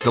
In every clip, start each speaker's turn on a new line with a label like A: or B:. A: The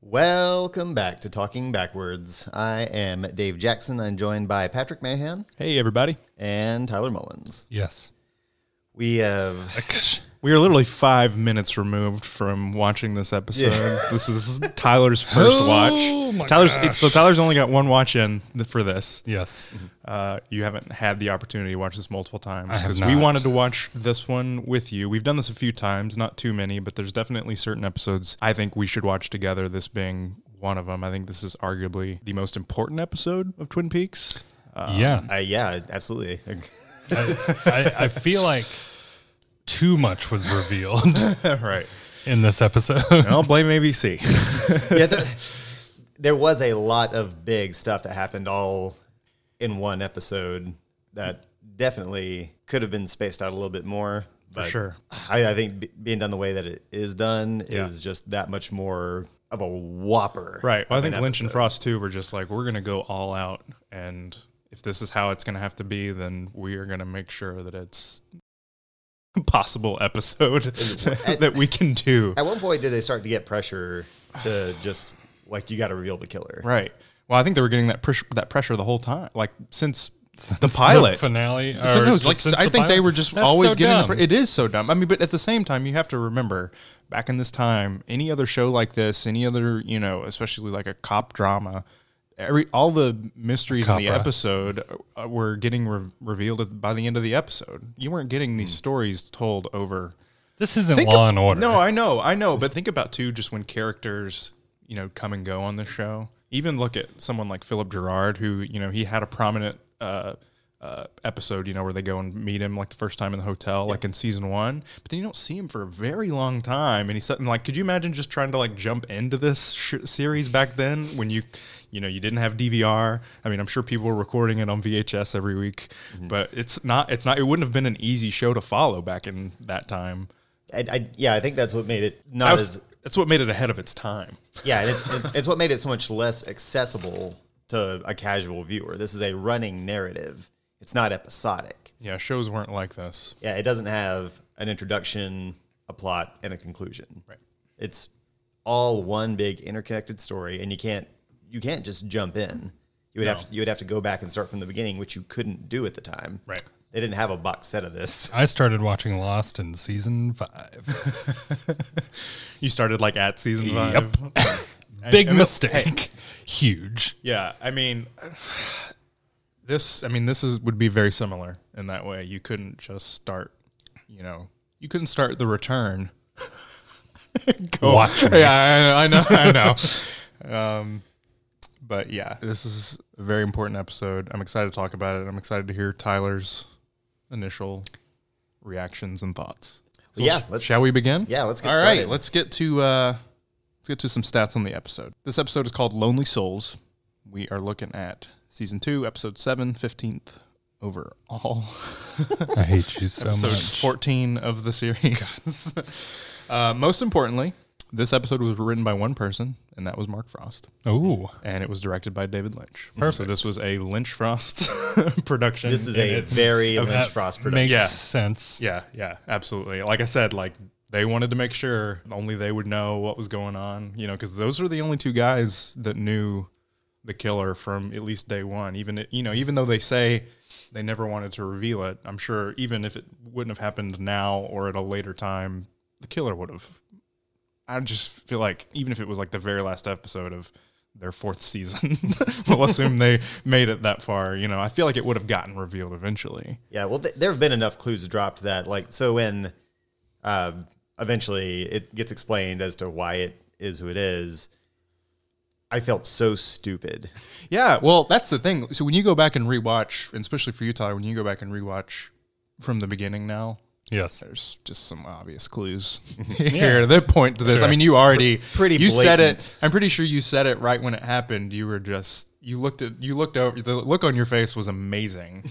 B: Welcome back to Talking Backwards. I am Dave Jackson. I'm joined by Patrick Mahan
C: Hey, everybody.
B: and Tyler Mullins.
C: Yes.
B: We have uh,
C: We are literally five minutes removed from watching this episode. This is Tyler's first
D: Oh, my
C: watch. Tyler's
D: gosh.
C: so Tyler's only got one watch in th- for this.
D: Yes.
C: Uh, you haven't had the opportunity to watch this multiple times
D: I have
C: we
D: not.
C: wanted to watch this one with you. We've done this a few times, not too many, but there's definitely certain episodes I think we should watch together. This being one of them. I think this is arguably the most important episode of Twin Peaks.
D: yeah.
B: Uh, yeah, absolutely.
D: I, I feel like too much was revealed
C: right.
D: in this episode.
C: I'll blame ABC.
B: yeah, there, there was a lot of big stuff that happened all in one episode that definitely could have been spaced out a little bit more. But
C: sure.
B: I, I think b- being done the way that it is done
C: Yeah.
B: is just that much more of a whopper.
C: Right. Well, I
B: of an
C: think Lynch and
B: episode.
C: Frost too were just like, we're gonna go all out, and if this is how it's gonna have to be, then we are gonna make sure that it's a possible episode that we can do.
B: At one point, did they start to get pressure to just like you got to reveal the killer?
C: Right. Well, I think they were getting that pressure that pressure the whole time, like since the
D: the
C: pilot.
D: finale,
C: So,
D: or
C: no,
D: just
C: like
D: since
C: I
D: the
C: think they
D: pilot?
C: were just
D: That's
C: always
D: so
C: getting
D: dumb.
C: the. Pr- it is so dumb. I mean, but at the same time, you have to remember back in this time, any other show like this, any other you know, especially like a cop drama, every all the mysteries in the
D: Copra.
C: episode uh, were getting re- revealed at- by the end of the episode. You weren't getting these stories told over.
D: this isn't
C: Think
D: Law
C: ab-
D: and Order.
C: No, I know, I know, but think about too just when characters, you know, come and go on the show. Even look at someone like Philip Gerard, who you know he had a prominent uh, uh, episode, you know, where they go and meet him like the first time in the hotel, like in season one. But then you don't see him for a very long time, and he's suddenly like, could you imagine just trying to like jump into this sh- series back then when you. You know, you didn't have DVR. I mean, I'm sure people were recording it on VHS every week,
D: Mm-hmm.
C: but it's not. It's not. It wouldn't have been an easy show to follow back in that time.
B: I, I, yeah, I think that's what made it
C: I
B: not
C: was-
B: as
C: that's what made it ahead of its time.
B: yeah, and it, it's, it's what made it so much less accessible to a casual viewer. This is a running narrative. It's not episodic.
C: Yeah, shows weren't like this.
B: Yeah, it doesn't have an introduction, a plot, and a conclusion. Right. It's all one big interconnected story, and you can't you can't just jump in. You would have to, you would have to go back and start from the beginning, which you couldn't do at the time.
C: Right.
B: They didn't have a box set of this.
D: I started watching Lost in season five.
C: You started like at season
D: Yep.
C: five.
D: Big
C: I mean,
D: mistake. Huge.
C: Yeah, I mean, this. I mean, this is would be very similar in that way. You couldn't just start. You know, you couldn't start the return. Go-
D: Watch me.
C: Yeah, I, I know. I know. um, but yeah, this is a very important episode. I'm excited to talk about it. I'm excited to hear Tyler's initial reactions and thoughts. So
B: Yeah,
C: sh-
B: let's-
C: shall we begin?
B: Yeah, let's get
C: All
B: started.
C: right, let's get to uh, let's get to some stats on the episode. This episode is called Lonely Souls. We are looking at season two, episode seven, 15th overall.
D: I hate you so
C: episode
D: much.
C: 14 of the series. uh, most importantly, this episode was written by one person, and that was Mark Frost,
D: Ooh.
C: and it was directed by David Lynch. So this was a Lynch Frost production.
B: This is
C: and
B: a
C: it's-
B: very
C: of-
B: Lynch Frost production.
D: Makes
C: Yeah.
D: sense.
C: yeah, yeah, absolutely. Like I said, like they wanted to make sure only they would know what was going on, you know, because those were the only two guys that knew the killer from at least day one. Even it- you know, even though they say they never wanted to reveal it, I'm sure even if it wouldn't have happened now or at a later time, the killer would have I just feel like even if it was like the very last episode of their fourth season, we'll assume they made it that far. You know, I feel like it would have gotten revealed eventually.
B: Yeah, well, th- there have been enough clues dropped that, like, so when uh, eventually it gets explained as to why it is who it is, I felt so stupid.
C: Yeah, well, that's the thing. So when you go back and rewatch, and especially for you, Tyler, when you go back and rewatch from the beginning now,
D: Yes.
C: there's just some obvious clues here that point to this. I mean, you already
B: pretty
C: you said it.
B: blatant.
C: I'm pretty sure you said it right when it happened. You were just you looked at you looked over the look on your face was amazing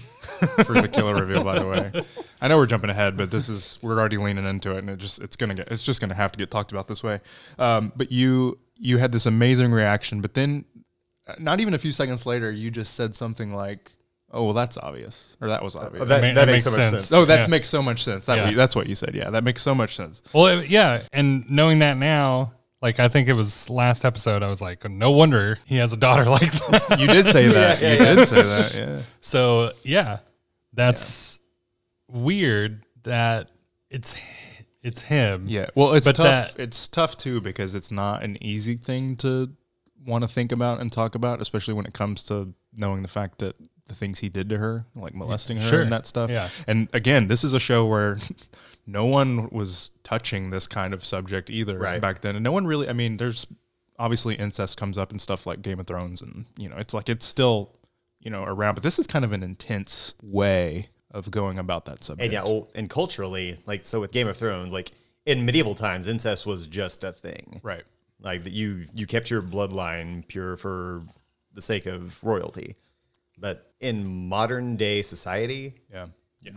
C: for the killer reveal. By the way, I know we're jumping ahead, but this is we're already leaning into it, and it just it's gonna get it's just gonna have to get talked about this way. Um, but you you had this amazing reaction, but then uh, not even a few seconds later, you just said something like. Oh well, that's obvious, or that was obvious.
B: That,
D: ma-
B: that
D: that
B: makes so
D: makes
B: much
D: sense.
B: sense.
C: Oh, that
D: Yeah.
C: makes so much sense. That
D: Yeah.
C: you- that's what you said. Yeah, that makes so much sense.
D: Well, it- yeah, and knowing that now, like I think it was last episode, I was like, no wonder he has a daughter like that.
C: You did say that. you did say that. Yeah.
D: so yeah, that's weird that it's it's him.
C: Yeah. Well, it's
D: But
C: tough.
D: that-
C: it's tough too because it's not an easy thing to want to think about and talk about, especially when it comes to knowing the fact that the things he did to her, like molesting her
D: Sure.
C: and that stuff.
D: Yeah.
C: And again, this is a show where no one was touching this kind of subject either
B: Right.
C: back then. And no one really, I mean, there's obviously incest comes up and stuff like Game of Thrones and, you know, it's like it's still, you know, around, but this is kind of an intense way of going about that subject.
B: And yeah, well, and culturally, like, so with Game of Thrones, like, in medieval times, incest was just a thing.
C: Right.
B: like that you you kept your bloodline pure for the sake of royalty but in modern day society
C: Yeah.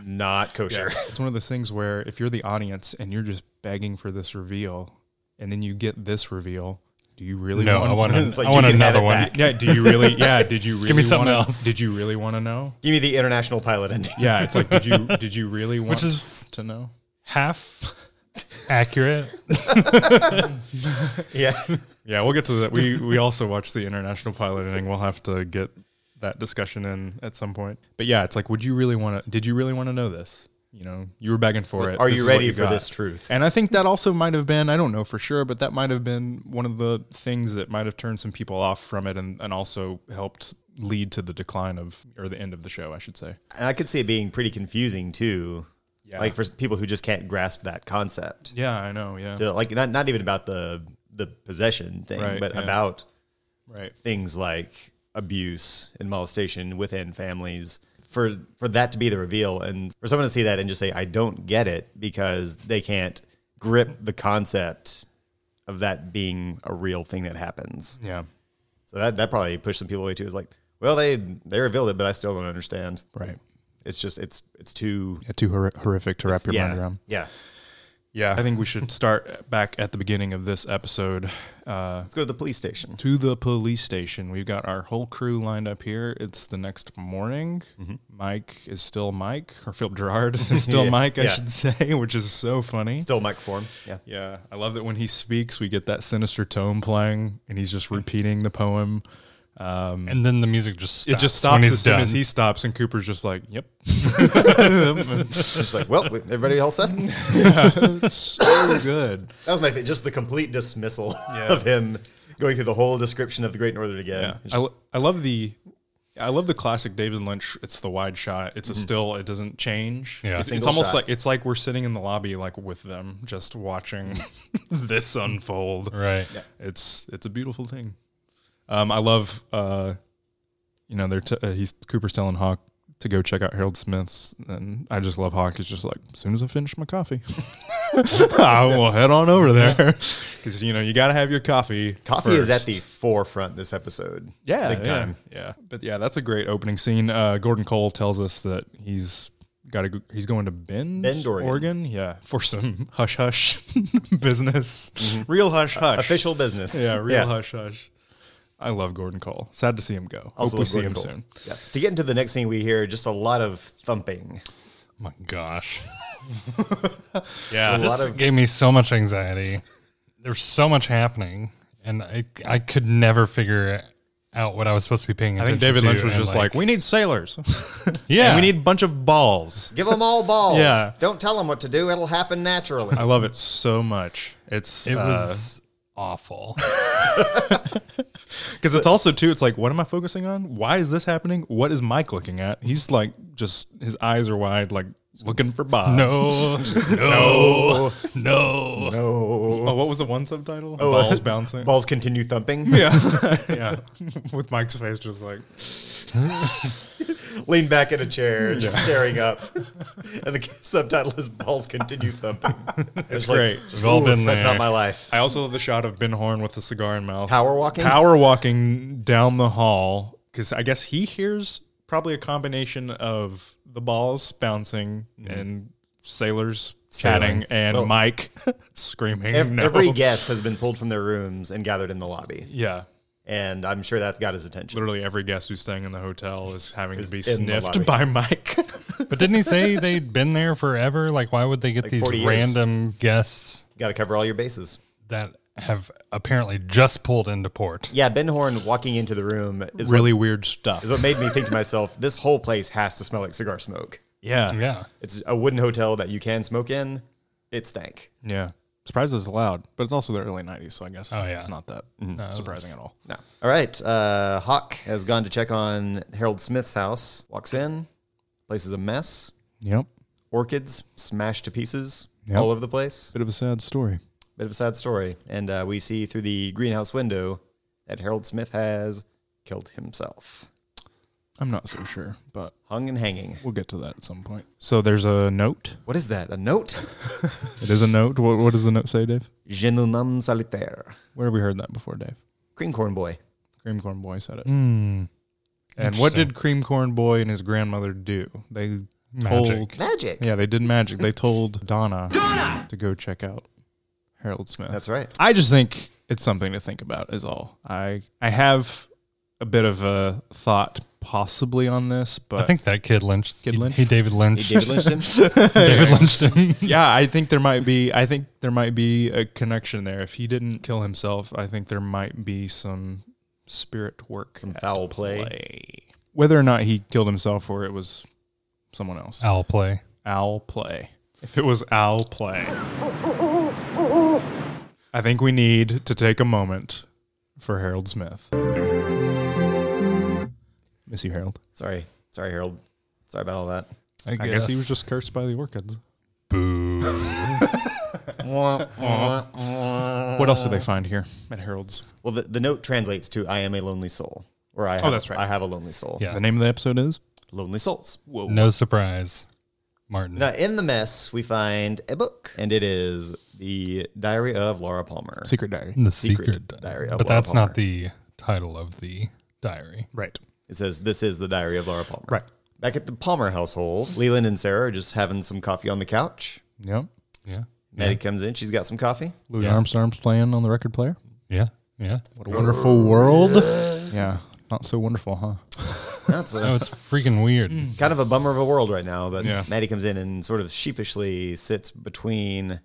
B: not kosher
C: It's one of those things where if you're the audience and you're just begging for this reveal and then you get this reveal, do you really
D: No,
C: want
D: I want
B: It's like
D: I
B: you
D: want
B: can have
D: another
B: it
D: one.
B: back.
C: Yeah, do you really yeah, did you really
D: me something
C: wanna-
D: else.
C: Did you really want to know?
B: give me the international pilot ending
C: Yeah, it's like did you did you really want
D: is-
C: to know?
D: Half accurate.
B: yeah
C: Yeah, we'll get to that. We we also watched the international pilot ending. We'll have to get that discussion in at some point. But yeah, it's like would you really want to did you really want to know this? You know, you were begging for it.
B: are
C: This
B: you
C: is what
B: ready for
C: got.
B: this truth
C: And I think that also might have been, I don't know for sure, but that might have been one of the things that might have turned some people off from it and, and also helped lead to the decline of, or the end of the show, I should say.
B: and i could see it being pretty confusing too
C: Yeah.
B: like for people who just can't grasp that concept
C: Yeah, I know. Yeah.
B: Yeah, like not not even about the the possession thing
C: Right,
B: but
C: yeah.
B: about
C: Right.
B: things like abuse and molestation within families for for that to be the reveal and for someone to see that and just say I don't get it because they can't grip the concept of that being a real thing that happens.
C: Yeah.
B: So that that probably pushed some people away too. It's like, well they they revealed it but I still don't understand.
C: Right.
B: It's just it's it's too
C: Yeah, too hor- horrific to wrap your mind
B: yeah.
C: around.
B: Yeah.
C: Yeah. I think we should start back at the beginning of this episode. Uh,
B: Let's go to the police station.
C: to the police station. We've got our whole crew lined up here. It's the next morning. Mike is still Mike, or Philip Gerard is still Mike, I
B: yeah.
C: should say, which is so funny.
B: Still mic form. Yeah.
C: Yeah, I love that when he speaks, we get that sinister tone playing, and he's just repeating the poem.
D: and then the music just
C: It
D: stops
C: just stops
D: when he's
C: as soon
D: done.
C: as he stops, and Cooper's just like, "Yep,
B: It's like, well, everybody all set? That
C: that's so good."
B: was my favorite. Just the complete dismissal of him going through the whole description of the Great Northern again.
C: Yeah,
B: It's
C: I, lo- I love the. I love the classic David Lynch. It's the wide shot. It's a still. It doesn't change.
D: Mm-hmm. Yeah. It's a
C: It's,
B: single
C: almost
B: shot.
C: like it's like we're sitting in the lobby, like with them, just watching this unfold.
D: right.
C: It's it's a beautiful thing. Um, I love, uh, you know, they're t- uh, he's Cooper's telling Hawk to go check out Harold Smith's, and I just love Hawk. He's just like, as soon as I finish my coffee, I will head on over there because you know you gotta have your coffee.
B: Coffee is at
C: first.
B: the forefront this episode.
C: yeah,
B: big time.
C: Yeah, yeah. but yeah, that's a great opening scene. Uh, Gordon Cole tells us that he's. Got to. Go, he's going to Bend,
B: Bend, Oregon.
C: yeah, for some hush hush business, real hush hush,
B: Mm-hmm. Official business.
C: yeah, real hush hush. I love Gordon Cole. Sad to see him go.
B: Also
C: Hope we
B: love
C: see
B: Gordon
C: him
B: Cole.
C: soon.
B: Yes. To get into the next thing we hear, just a lot of thumping.
D: My gosh.
B: A
D: yeah.
B: lot
D: This
B: of-
D: gave me so much anxiety. There's so much happening and I I could never figure out what I was supposed to be paying
C: I think
D: attention
C: David
D: to,
C: Lynch was
D: and,
C: just like, we need sailors.
D: yeah,
C: And we need a bunch of balls.
B: Give them all balls.
C: Yeah.
B: Don't tell them what to do. It'll happen naturally.
C: I love it so much. It's uh,
D: It
C: because
D: was awful.
C: it's also too. It's like, what am I focusing on? Why is this happening? What is Mike looking at? He's like, just his eyes are wide, like looking for Bob.
D: No, no, no.
C: Oh, what was the one subtitle?
B: Oh,
C: Balls bouncing.
B: Balls continue thumping.
C: Yeah, yeah. With Mike's face, just like
B: Lean back in a chair,
C: Mm.
B: just staring up. and the subtitle is Balls Continue Thumping. It's
C: great.
B: Like,
D: We've all
B: "Ooh,
D: been
B: That's
D: there."
B: not my life.
C: I also love the shot of Ben Horn with the cigar in mouth.
B: Power walking?
C: Power walking down the hall because I guess he hears probably a combination of the balls bouncing and sailors chatting
B: Mm-hmm.
C: and
B: Well-
C: Mike screaming.
B: Ev-
C: no.
B: Every guest has been pulled from their rooms and gathered in the lobby.
C: yeah,
B: And I'm sure that got his attention.
C: literally every guest who's staying in the hotel is having to be
B: in the lobby.
C: sniffed by Mike.
D: But didn't he say they'd been there forever? Like, why would they get
B: 40
D: these
B: years.
D: random guests
B: Got to cover all your bases.
D: that have apparently just pulled into port?
B: Yeah, Ben Horn walking into the room is,
C: really weird stuff.
B: is what made me think to myself, this whole place has to smell like cigar smoke.
C: Yeah,
D: Yeah,
B: It's a wooden hotel that you can smoke in. It stank.
C: yeah. Surprised it's loud, but it's also the early '90s, so I guess
D: Oh, yeah.
C: it's not that surprising at all.
B: No. All right. Uh, Hawk has gone to check on Harold Smith's house. Walks in. Place is a mess.
C: Yep,
B: Orchids smashed to pieces
C: Yep.
B: all over the place.
C: bit of a sad story.
B: Bit of a sad story. And uh, we see through the greenhouse window that Harold Smith has killed himself.
C: I'm not so sure, but
B: Hung and hanging.
C: We'll get to that at some point. So there's a note.
B: What is that? A note?
C: It is a note. What, what does the note say, Dave?
B: Je ne nomme solitaire.
C: Where have we heard that before, Dave?
B: Cream corn boy.
C: Cream Corn Boy said it. Hmm. and what did Cream Corn Boy and his grandmother do? They told.
D: Magic.
B: Magic.
C: Yeah, they did magic. They told Donna, Donna to go check out Harold Smith.
B: That's right.
C: I just think it's something to think about is all. I I have a bit of a thought possibly on this, but
D: I think that kid Lynch.
C: Kid
D: he-
C: Lynch?
D: He David Lynch.
B: He David lynched him.
D: David Lynch him.
C: yeah, I think there might be. I think there might be a connection there. If he didn't kill himself, I think there might be some spirit work,
B: Some
C: at
B: foul play.
C: Whether or not he killed himself or it was someone else,
D: Owl play.
C: owl play. If it was owl play, I think we need to take a moment for Harold Smith. Miss you, Harold.
B: Sorry. Sorry, Harold. Sorry about all that.
D: I guess,
C: I guess he was just cursed by the orchids.
D: boo.
C: What else do they find here at Harold's?
B: Well, the, the note translates to "I am a lonely soul," or "I have,
C: Oh, that's right.
B: I have a lonely soul."
D: Yeah.
C: The name of the episode is
B: lonely souls. Whoa.
D: No surprise, Martin.
B: Now, in the mess, we find a book, and it is the Diary of Laura Palmer.
C: Secret Diary.
D: the
B: Secret
D: secret,
B: Diary
D: diary.
B: of
D: But
B: Laura
D: that's
B: Palmer.
D: not the title of the diary.
C: Right.
B: It says, "This is the Diary of Laura Palmer."
C: Right.
B: Back at the Palmer household, Leland and Sarah are just having some coffee on the couch.
C: Yep.
D: Yeah.
B: Maddie comes in; she's got some coffee.
C: Louis
D: Yeah.
C: Armstrong's playing on the record player.
D: Yeah. Yeah.
C: What a wonderful world. Yeah. Not so wonderful, huh?
B: That's
D: No,
B: a,
D: Oh, it's freaking weird.
C: Mm.
B: kind of a bummer of a world right now. But
C: Yeah.
B: Maddie comes in and sort of sheepishly sits between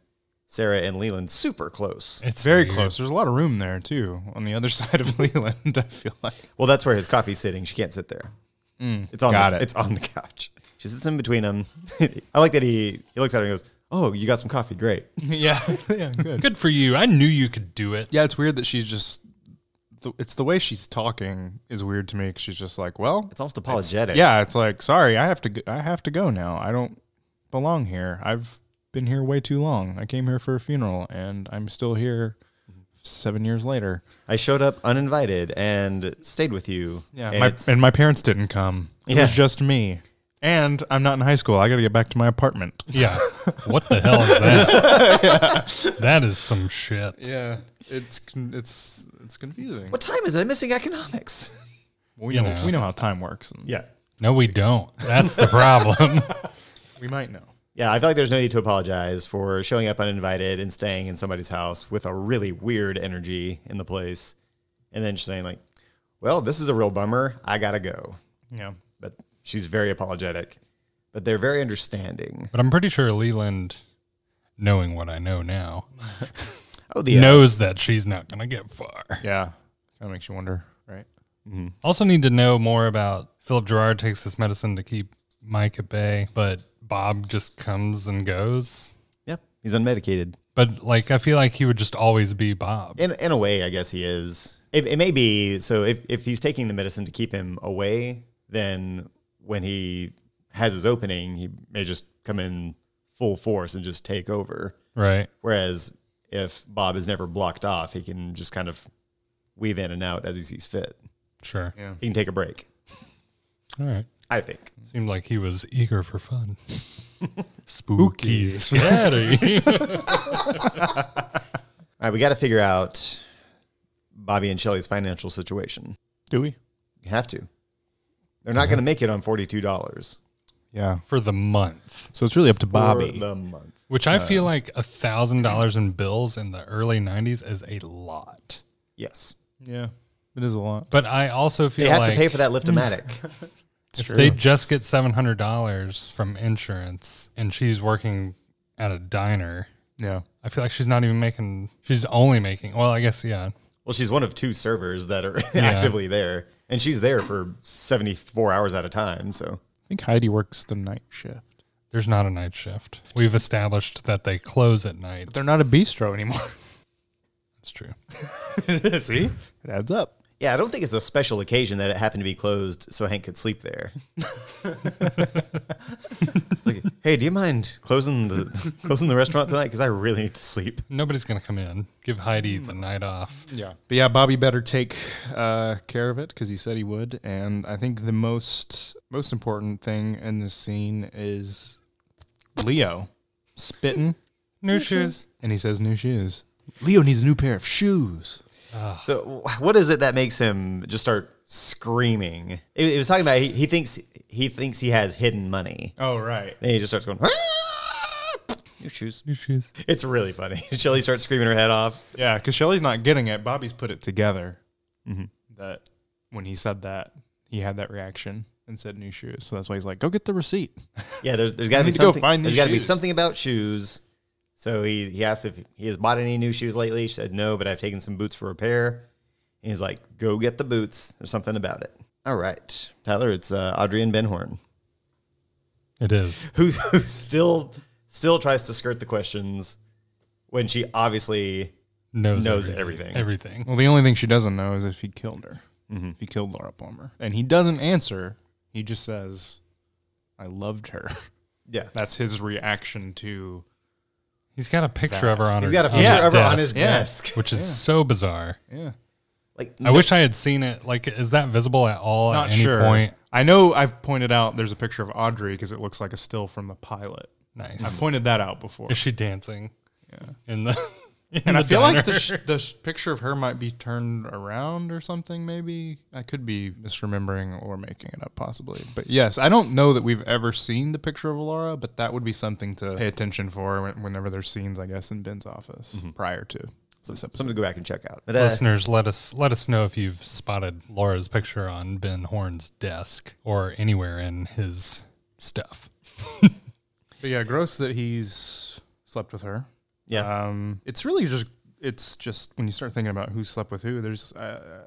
B: Sarah and Leland, super close.
D: It's
C: Very
D: weird.
C: close. There's a lot of room there, too, on the other side of Leland, I feel like.
B: Well, that's where his coffee's sitting. She can't sit there. it's on.
C: Mm, got
B: the,
C: it.
B: It's on the couch. She sits in between them. I like that he he looks at her and goes, "Oh, you got some coffee? Great."
C: yeah. Yeah. Good.
D: Good for you. I knew you could do it.
C: Yeah. It's weird that she's just, the, it's the way she's talking is weird to me 'cause she's just like, well,
B: It's almost apologetic.
C: yeah, it's like, sorry, I have to, go, I have to go now. I don't belong here. I've been here way too long. I came here for a funeral and I'm still here seven years later.
B: I showed up uninvited and stayed with you.
C: Yeah,
B: and
C: my,
B: it's-
C: and my parents didn't come. It was
B: Yeah.
C: just me. And I'm not in high school. I got to get back to my apartment.
D: Yeah. What the hell is that? That is some shit.
C: Yeah, it's it's it's confusing.
B: what time is it? I'm missing economics.
C: We
D: You
C: know,
D: know.
C: we know how time works. And
B: Yeah.
D: No, we don't. That's the problem.
C: we might know.
B: Yeah, I feel like there's no need to apologize for showing up uninvited and staying in somebody's house with a really weird energy in the place, and then just saying like, "Well, this is a real bummer. I gotta go."
C: Yeah,
B: but she's very apologetic. But they're very understanding.
D: But I'm pretty sure Leland, knowing what I know now,
B: Oh, the
D: knows that she's not going to get far.
C: yeah. Kind of makes you wonder, right?
D: Also, need to know more about Philip Gerard takes this medicine to keep Mike at bay, but Bob just comes and goes.
B: Yeah, he's unmedicated.
D: But like, I feel like he would just always be Bob.
B: In, in a way, I guess he is. It, it may be so if, if he's taking the medicine to keep him away, then when he has his opening, he may just come in full force and just take over.
D: Right.
B: Whereas if Bob is never blocked off, he can just kind of weave in and out as he sees fit.
D: Sure.
B: He can take a break,
D: All right.
B: I think.
D: Seemed like he was eager for fun. Spooky, sweaty.
B: All right, we got to figure out Bobby and Shelly's financial situation.
C: Do we?
B: You have to. They're not going to make it on forty-two dollars
C: Yeah.
D: for the month.
C: So it's really up to Bobby.
B: the month.
D: Which I feel
B: Uh.
D: like a thousand dollars in bills in the early '90s is a lot.
B: Yes,
C: yeah. It is a lot.
D: But I also feel
B: they have
D: like
B: to pay for that liftomatic.
D: if they just get seven hundred dollars from insurance, and she's working at a diner,
C: Yeah.
D: I feel like she's not even making. She's only making. Well, I guess yeah.
B: well, she's one of two servers that are actively there, and she's there for seventy-four hours at a time. So
C: I think Heidi works the night shift.
D: There's not a night shift. We've established that they close at night.
C: They're not a bistro anymore.
D: That's true.
C: See? It adds up.
B: yeah, I don't think it's a special occasion that it happened to be closed so Hank could sleep there. like, hey, do you mind closing the closing the restaurant tonight? Because I really need to sleep.
D: Nobody's gonna come in. Give Heidi the night off.
B: Mm.
C: Yeah. But yeah, Bobby better take uh, care of it because he said he would. And I think the most most important thing in this scene is Leo spitting
D: New shoes.
C: and he says new shoes. Leo needs a new pair of shoes.
B: So, wh- what is it that makes him just start screaming? It, it was talking about he, he thinks he thinks he has hidden money.
C: Oh right.
B: Then he just starts going. "Ah!" Your shoes.
D: New shoes.
B: It's really funny. Shelly starts screaming her head off.
C: Yeah, because Shelly's not getting it. Bobby's put it together that when he said that, he had that reaction and said new shoes. So that's why he's like, go get the receipt.
B: Yeah, there's there's got to
C: need
B: be
C: to go
B: something.
C: find
B: there's
C: these
B: got to be
C: shoes.
B: something about shoes. So he he asked if he has bought any new shoes lately. She said no, but I've taken some boots for repair. And he's like, go get the boots. There's something about it. All right, Tyler. It's uh, Audrey and Ben Horn.
D: It is.
B: who, who still still tries to skirt the questions when she obviously
D: Knows,
B: Knows everything.
D: Everything.
C: Well, the only thing she doesn't know is if he killed her, if he killed Laura Palmer. And he doesn't answer. He just says, I loved her.
B: yeah
C: That's his reaction to.
D: He's got a picture of her on
B: he's
D: her.
B: got a
D: on
B: picture
D: his
B: of her on
D: desk,
B: his
C: Yeah.
B: desk
D: which is so bizarre.
C: Yeah.
B: like
D: I wish I had seen it. Like, is that visible at all
C: Not
D: at any
C: sure.
D: point?
C: I know I've pointed out there's a picture of Audrey because it looks like a still from the pilot. I
D: Nice.
C: pointed that out before.
D: Is she dancing? Yeah. In the in
C: and I
D: the
C: feel like the,
D: diner?
C: sh- the sh- picture of her might be turned around or something. Maybe I could be misremembering or making it up, possibly. But yes, I don't know that we've ever seen the picture of Laura, but that would be something to pay attention for when- whenever there's scenes, I guess, in Ben's office
D: Mm-hmm.
C: prior to this episode.
B: something to go back and check out but, uh,
D: listeners, let us let us know if you've spotted Laura's picture on Ben Horn's desk or anywhere in his stuff.
C: But yeah, gross that he's slept with her.
B: yeah
C: Um, it's really just it's just when you start thinking about who slept with who. There's uh,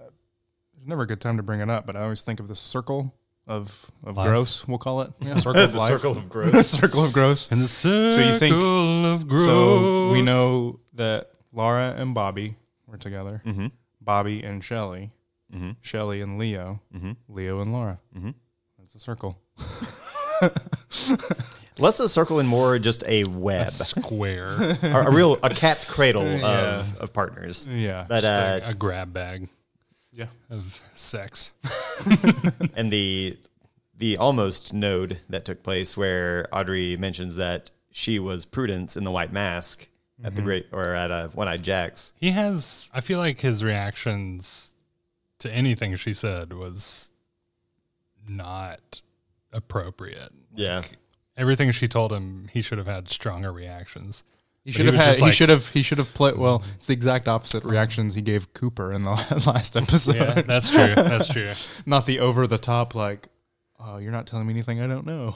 C: there's never a good time to bring it up, but I always think of the circle of of
D: Life.
C: gross. We'll call it yeah, circle of
B: the
C: life.
B: circle of gross
C: circle of gross.
D: In the circle
C: you think-
D: of gross.
C: So we know that Laura and Bobby were together. Bobby and Shelly. Shelly and Leo. Leo and Laura. Mm-hmm. That's a circle.
B: less a circle and more just a web
D: square,
B: a, a real a cat's cradle of, of partners
C: Yeah.
B: but uh
D: a grab bag
C: yeah.
D: of sex.
B: and the the almost node that took place where Audrey mentions that she was Prudence in the white mask at
C: Mm-hmm.
B: the great or at a one-eyed Jack's
D: He has. I feel like his reactions to anything she said was not appropriate.
B: yeah
D: Everything she told him, he should have had stronger reactions.
C: He
D: But
C: should
D: he
C: have
D: was
C: had.
D: just
C: He
D: like-
C: should have. He should have played. Well, it's the exact opposite reactions he gave Cooper in the last episode.
D: Yeah, that's true. That's true.
C: Not the over the top like, oh, you're not telling me anything I don't know. no.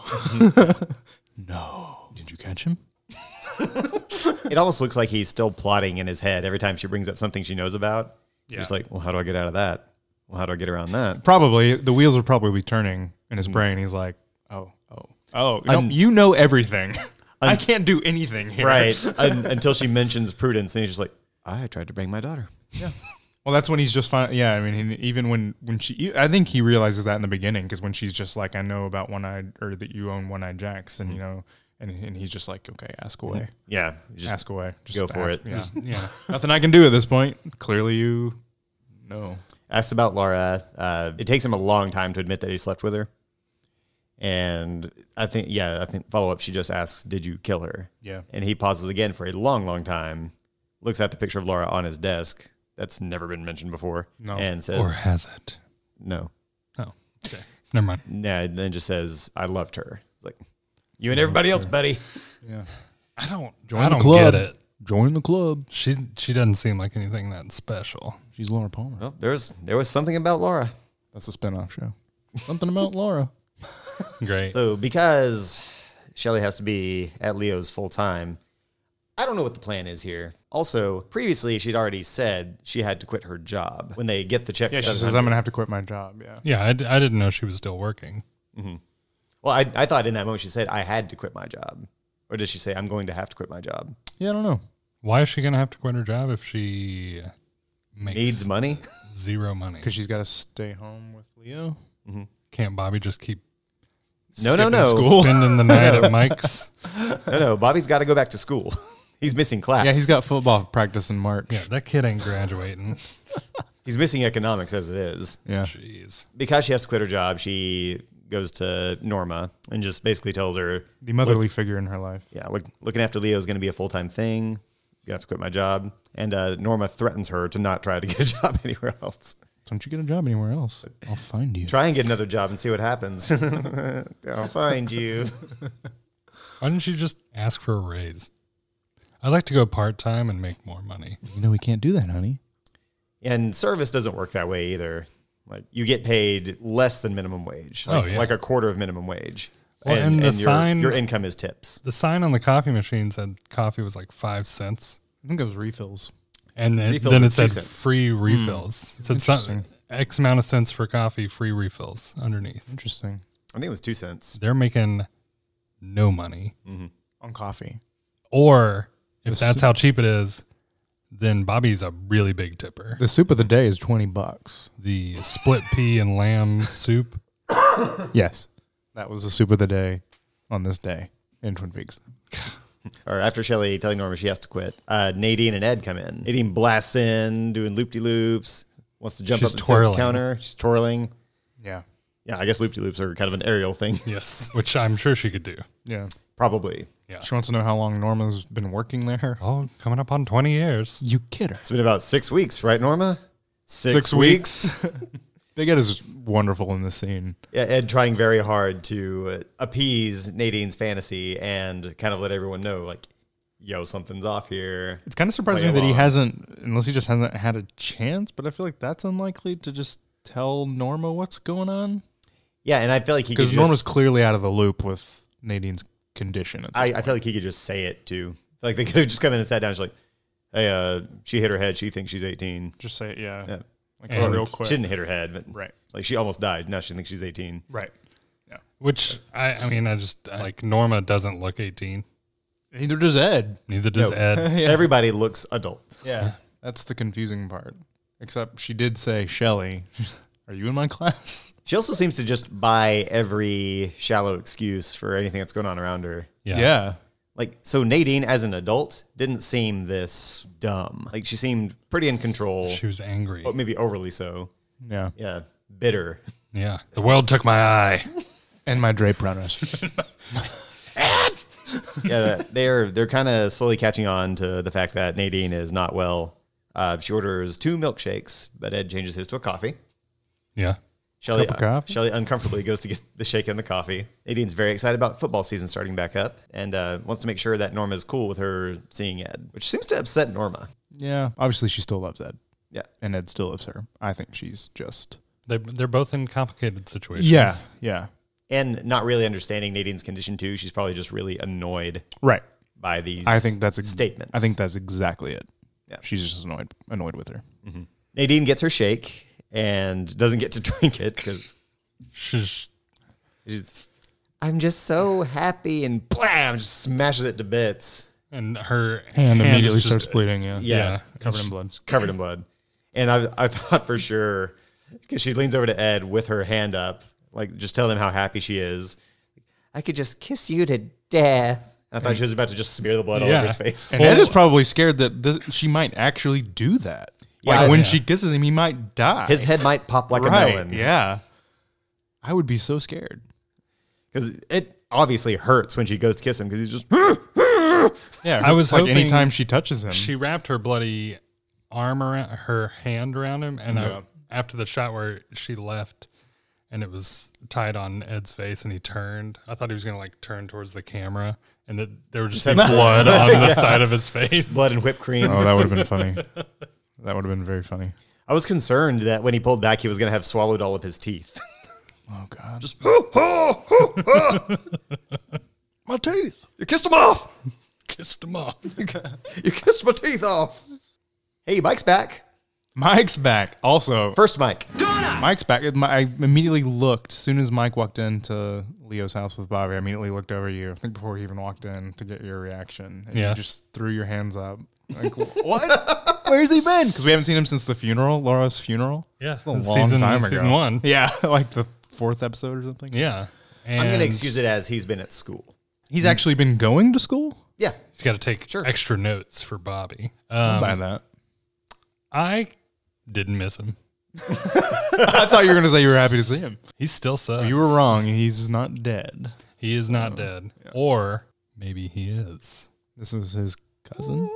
C: Mm-hmm. Did you catch him?
B: It almost looks like he's still plotting in his head every time she brings up something she knows about. He's like, well, how do I get out of that? Well, how do I get around that?
C: Probably the wheels are probably be turning in his brain. He's like, oh, oh, oh, no, you know everything. I can't do anything here.
B: Right. Un- until she mentions prudence, and he's just like, I tried to bang my daughter.
C: Well, that's when he's just fine. Yeah, I mean, he, even when when she, I think he realizes that in the beginning because when she's just like, I know about one eyed or that you own one eyed Jacks, and you
B: Mm.
C: know, and and he's just like, okay, ask away,
B: Yeah. Mm-hmm. Just
C: ask away, just
B: go for it.
C: ask- Yeah.
D: Yeah.
C: Nothing I can do at this point. Clearly, you know.
B: asked about Laura. Uh, it takes him a long time to admit that he slept with her. And I think, yeah, I think follow up, she just asks, Did you kill her?
C: Yeah.
B: And he pauses again for a long, long time, looks at the picture of Laura on his desk. That's never been mentioned before.
C: No.
B: And says,
D: Or has it?
B: No.
D: Oh, okay. Never mind.
B: Nah, and then just says, I loved her. It's like, You and everybody else, buddy.
C: Yeah.
D: I don't.
C: Join
D: I
C: the
D: don't
C: club.
D: get it.
C: Join the club.
D: She she doesn't seem like anything that special.
C: She's Laura Palmer.
B: Well, there's, there was something about Laura.
C: That's a spinoff show. Something about Laura.
D: Great.
B: So because Shelly has to be at Leo's full time, I don't know what the plan is here. Also, previously she'd already said she had to quit her job when they get the check.
C: Yeah,
B: for
C: she says
B: 700.
C: I'm gonna have to quit my job. Yeah.
D: yeah, I, d- I didn't know she was still working.
B: well, I, I thought in that moment she said I had to quit my job, or did she say I'm going to have to quit my job?
C: Yeah, I don't know.
D: Why is she gonna have to quit her job if she makes
B: Needs money.
D: zero money?
C: Because she's got to stay home with Leo.
D: Can't Bobby just keep
B: No, no,
D: skipping
B: no.
D: school, spending the night at Mike's?
B: no, no. Bobby's got to go back to school. he's missing class.
C: Yeah, he's got football practice in March.
D: Yeah, that kid ain't graduating.
B: he's missing economics as it is.
C: Yeah.
D: Jeez.
B: Because she has to quit her job, she goes to Norma and just basically tells her
C: The motherly figure in her life.
B: yeah, look, looking after Leo is going to be a full time thing. Gonna have to quit my job. And uh, Norma threatens her to not try to get a job anywhere else.
C: Don't you get a job anywhere else? I'll find you.
B: Try and get another job and see what happens. I'll find you.
D: Why didn't she just ask for a raise? I'd like to go part time and make more money.
C: You know we can't do that, honey.
B: And service doesn't work that way either. Like you get paid less than minimum wage,
D: Oh,
B: like,
D: yeah.
B: like a quarter of minimum wage.
D: Well, and the
B: your,
D: sign-
B: your income is tips.
D: The sign on the coffee machine said coffee was like five cents,
C: I think it was refills.
D: and then,
B: Refills
D: then
B: were
D: it said
B: two cents.
D: free
C: Hmm.
D: refills. It said some, X amount of cents for coffee, free refills underneath.
C: Interesting.
B: I think it was two cents.
D: They're making no money.
C: On coffee.
D: Or if that's how cheap it is, then Bobby's a really big tipper.
C: The soup of the day is twenty bucks.
D: The split pea and lamb soup.
C: Yes. That was the soup of the day on this day in Twin Peaks.
B: Or after Shelly telling Norma she has to quit, uh, Nadine and Ed come in. Nadine blasts in, doing loop de loops, wants to jump
D: She's
B: up and sit at the
D: twirling.
B: counter. She's twirling.
C: Yeah.
B: Yeah, I guess loop de loops are kind of an aerial thing.
D: Yes, which I'm sure she could do.
C: Yeah.
B: Probably.
C: She wants to know how long Norma's been working there.
D: Oh, coming up on 20 years.
C: You kid her.
B: It's been about six weeks, right, Norma? Six,
C: Big Ed is wonderful in this scene.
B: Yeah, Ed trying very hard to uh, appease Nadine's fantasy and kind of let everyone know, like, yo, something's off here.
C: It's kind of surprising
B: Play
C: me that he
B: along.
C: hasn't, unless he just hasn't had a chance. But I feel like that's unlikely to just tell Norma what's going on
B: Yeah, and I feel like he could
C: because
B: just,
C: Norma's clearly out of the loop with Nadine's condition. At
B: I, I feel like he could just say it too. Like they could have just come in and sat down. She's like, hey, uh, she hit her head. She thinks she's 18.
C: just say it, yeah,
B: Yeah.
C: like
D: And- real
B: She didn't hit her head, but
C: Right.
B: like she almost died. Now she thinks she's 18.
C: right?
D: Which I, I mean, I just like Norma doesn't look 18.
C: Neither does Ed.
D: Neither does
B: No.
D: Ed.
B: Everybody looks adult.
C: Yeah, that's the confusing part. Except she did say, "Shelly, are you in my class?"
B: She also seems to just buy every shallow excuse for anything that's going on around her.
D: Yeah.
B: Like, so Nadine, as an adult, didn't seem this dumb. Like, she seemed pretty in control,
D: She was angry.
C: Oh,
B: but maybe overly so.
C: yeah.
B: Yeah, bitter.
D: Yeah. The world took my eye.
C: And my drape runners.
B: Yeah, they're they're kind of slowly catching on to the fact that Nadine is not well. Uh, she orders two milkshakes, but Ed changes his to a coffee.
D: Yeah.
B: Shelly,
C: Cup of coffee?
B: Shelly uh, uncomfortably goes to get the shake and the coffee. Nadine's very excited about football season starting back up and uh, wants to make sure that Norma's cool with her seeing Ed, which seems to upset Norma.
C: yeah, obviously she still loves Ed,
B: Yeah.
C: and Ed still loves her. I think she's just
D: They, they're both in complicated situations.
C: yeah, yeah,
B: And not really understanding Nadine's condition, too. She's probably just really annoyed
C: right.
B: by these
C: I think that's ex-
B: statements.
C: I think that's exactly it.
B: Yeah.
C: She's just annoyed annoyed with her.
B: Nadine gets her shake and doesn't get to drink it because
D: She's
B: she's, I'm just so happy and blam, just smashes it to bits.
D: and her
C: And
D: hand
C: immediately
D: is just-
C: starts bleeding. Yeah.
B: Yeah.
C: Covered in blood.
B: covered in blood. And I, I thought for sure, because she leans over to Ed with her hand up, like just telling him how happy she is. I could just kiss you to death. I thought she was about to just smear the blood all
D: Yeah.
B: over his face.
C: And Ed is probably scared that this, she might actually do that.
B: Yeah.
C: like when
B: Yeah.
C: she kisses him, he might die.
B: his head might pop like a
C: right.
B: melon.
C: Yeah. I would be so scared.
B: Because it obviously hurts when she goes to kiss him because he's just,
C: Yeah.
D: I
C: it's
D: was
C: like
D: hoping
C: anytime she touches him.
D: she wrapped her bloody arm around her hand around him and I-
C: Yeah.
D: after the shot where she left and it was tied on ed's face and he turned i thought he was going to like turn towards the camera and that there would just be blood on the side of his face
B: blood and whipped cream.
C: oh, that would have been funny. That would have been very funny.
B: I was concerned that when he pulled back, he was going to have swallowed all of his teeth.
C: Oh God. Just
B: My teeth! You kissed them off!
D: kissed him off
B: You kissed my teeth off! Hey, Mike's back.
C: Mike's back. Also,
B: First Mike.
C: Mike's back. It- my- I immediately looked as soon as Mike walked into Leo's house with Bobby. I immediately looked over at you. I think before he even walked in to get your reaction. And
D: Yeah.
C: You just threw your hands up. Like what? Where's he been? Because we haven't seen him since the funeral, Laura's funeral.
D: yeah
C: It's a long
D: season,
C: time ago.
D: season one
C: Yeah, like the fourth episode or something.
D: yeah and
B: I'm going to excuse it as he's been at school.
C: He's actually been going to school.
B: Yeah.
D: he's got to take extra notes for bobby um,
C: By that,
D: i didn't miss him
C: I thought you were going to say you were happy to see him.
D: he still sucks
C: You were wrong. He's not dead.
D: he is not dead or maybe he is
C: This is his cousin.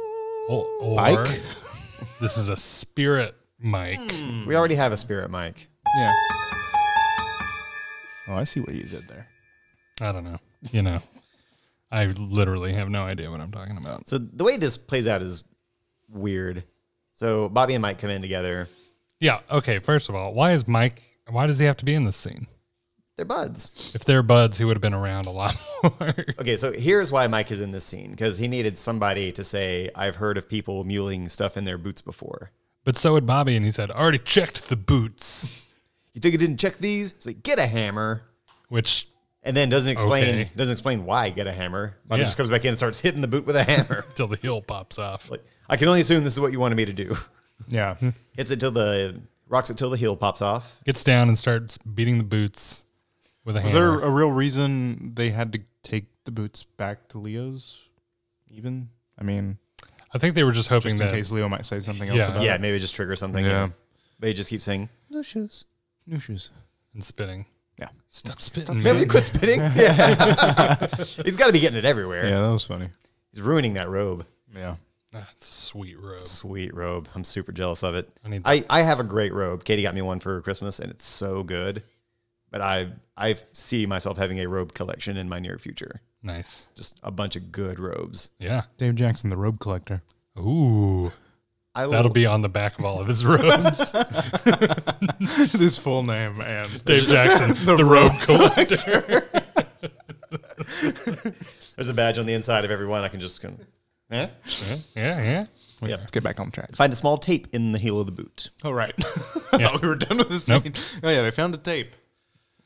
D: Or, or
C: Mike?
D: this is a spirit Mike.
B: We already have a spirit Mike.
C: Yeah. Oh, I see what you did there.
D: I don't know. You know, I literally have no idea what I'm talking about.
B: So the way this plays out is weird. So Bobby and Mike come in together.
D: Yeah. Okay. First of all, why is Mike? Why does he have to be in this scene?
B: They're buds.
D: If they're buds, he would have been around a lot more.
B: Okay, so here's why Mike is in this scene because he needed somebody to say, I've heard of people muling stuff in their boots before.
D: but so would Bobby, and he said, "I already checked the boots,"
B: You think I didn't check these? It's like, get a hammer.
D: which
B: And then doesn't explain
D: Okay.
B: doesn't explain why get a hammer. Bobby
D: Yeah.
B: just comes back in and starts hitting the boot with a hammer.
D: till the heel pops off.
B: like, I can only assume this is what you wanted me to do.
C: Yeah.
D: Hmm.
B: Hits it till the rocks it till the heel pops off.
D: Gets down and starts beating the boots with a
C: Is there
D: hammer.
C: a real reason they had to take the boots back to Leo's? Even? I mean,
D: I think they were just hoping
C: just in
D: that
C: case Leo might say something else
D: Yeah.
C: about
B: Yeah,
C: it.
B: maybe just trigger something.
C: Uh, Yeah.
B: But he just keeps saying,
C: New shoes. New shoes.
D: and spitting.
C: Yeah.
D: Stop spitting,
B: Maybe
D: man.
B: you quit spitting. Yeah. He's got to be getting it everywhere.
C: Yeah, that was funny.
B: He's ruining that robe.
C: Yeah.
D: Ah, it's a sweet robe.
B: Sweet robe. I'm super jealous of it. I,
D: need
B: I, have a great robe. Katie got me one for Christmas and it's so good. But I I see myself having a robe collection in my near future.
D: Nice.
B: Just a bunch of good robes.
D: Yeah.
C: Dave Jackson, the robe collector.
D: Ooh.
B: I
D: That'll
B: love
D: be on the back of all of his robes.
C: His full name and
D: Dave Jackson, the, robe collector.
B: There's a badge on the inside of every one. I can just kind of, eh?
D: yeah, yeah.
C: Let's get back on track.
B: find a small tape in the heel of the boot.
C: Oh, right. I thought we were done with the scene. Oh, yeah, they found a tape.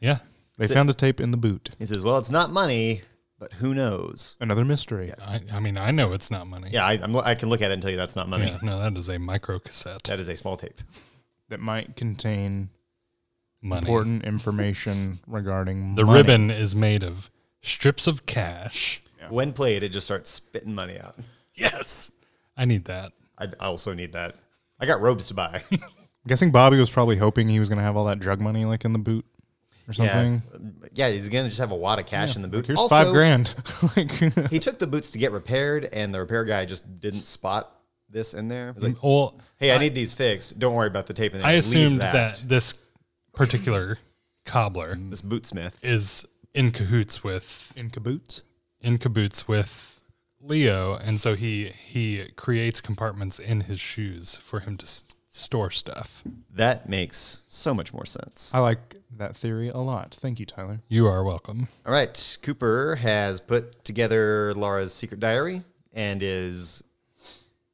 D: Yeah.
C: They found a tape in the boot.
B: He says, "Well, it's not money, but who knows?"
C: Another mystery.
D: I, I mean, I know it's not money.
B: Yeah, I, I'm, I can look at it and tell you that's not money.
D: Yeah, no, that is a micro cassette.
B: That is a small tape.
C: That might contain
D: Money.
C: important information regarding
D: The
C: money.
D: ribbon is made of strips of cash.
B: When played, it just starts spitting money out.
D: Yes. I need that.
B: I, I also need that. I got robes to buy.
C: I'm guessing Bobby was probably hoping he was going to have all that drug money like in the boot or
B: yeah,
C: something.
B: yeah. He's gonna just have a wad of cash in the boot.
C: Here's
B: Also,
C: five grand. like,
B: He took the boots to get repaired, and the repair guy just didn't spot this in there. He's like,
D: Well,
B: "Hey, I, need these fixed. Don't worry about the tape." And then
D: Mm-hmm. I
B: leave
D: assumed that. this particular cobbler
B: this bootsmith.
D: is in cahoots with
C: in kaboots.
D: in cahoots with Leo, and so he he creates compartments in his shoes for him to s- store stuff.
B: That makes so much more sense.
C: I like that theory a lot. Thank you, Tyler.
D: You are welcome.
B: All right, Cooper has put together Laura's secret diary and is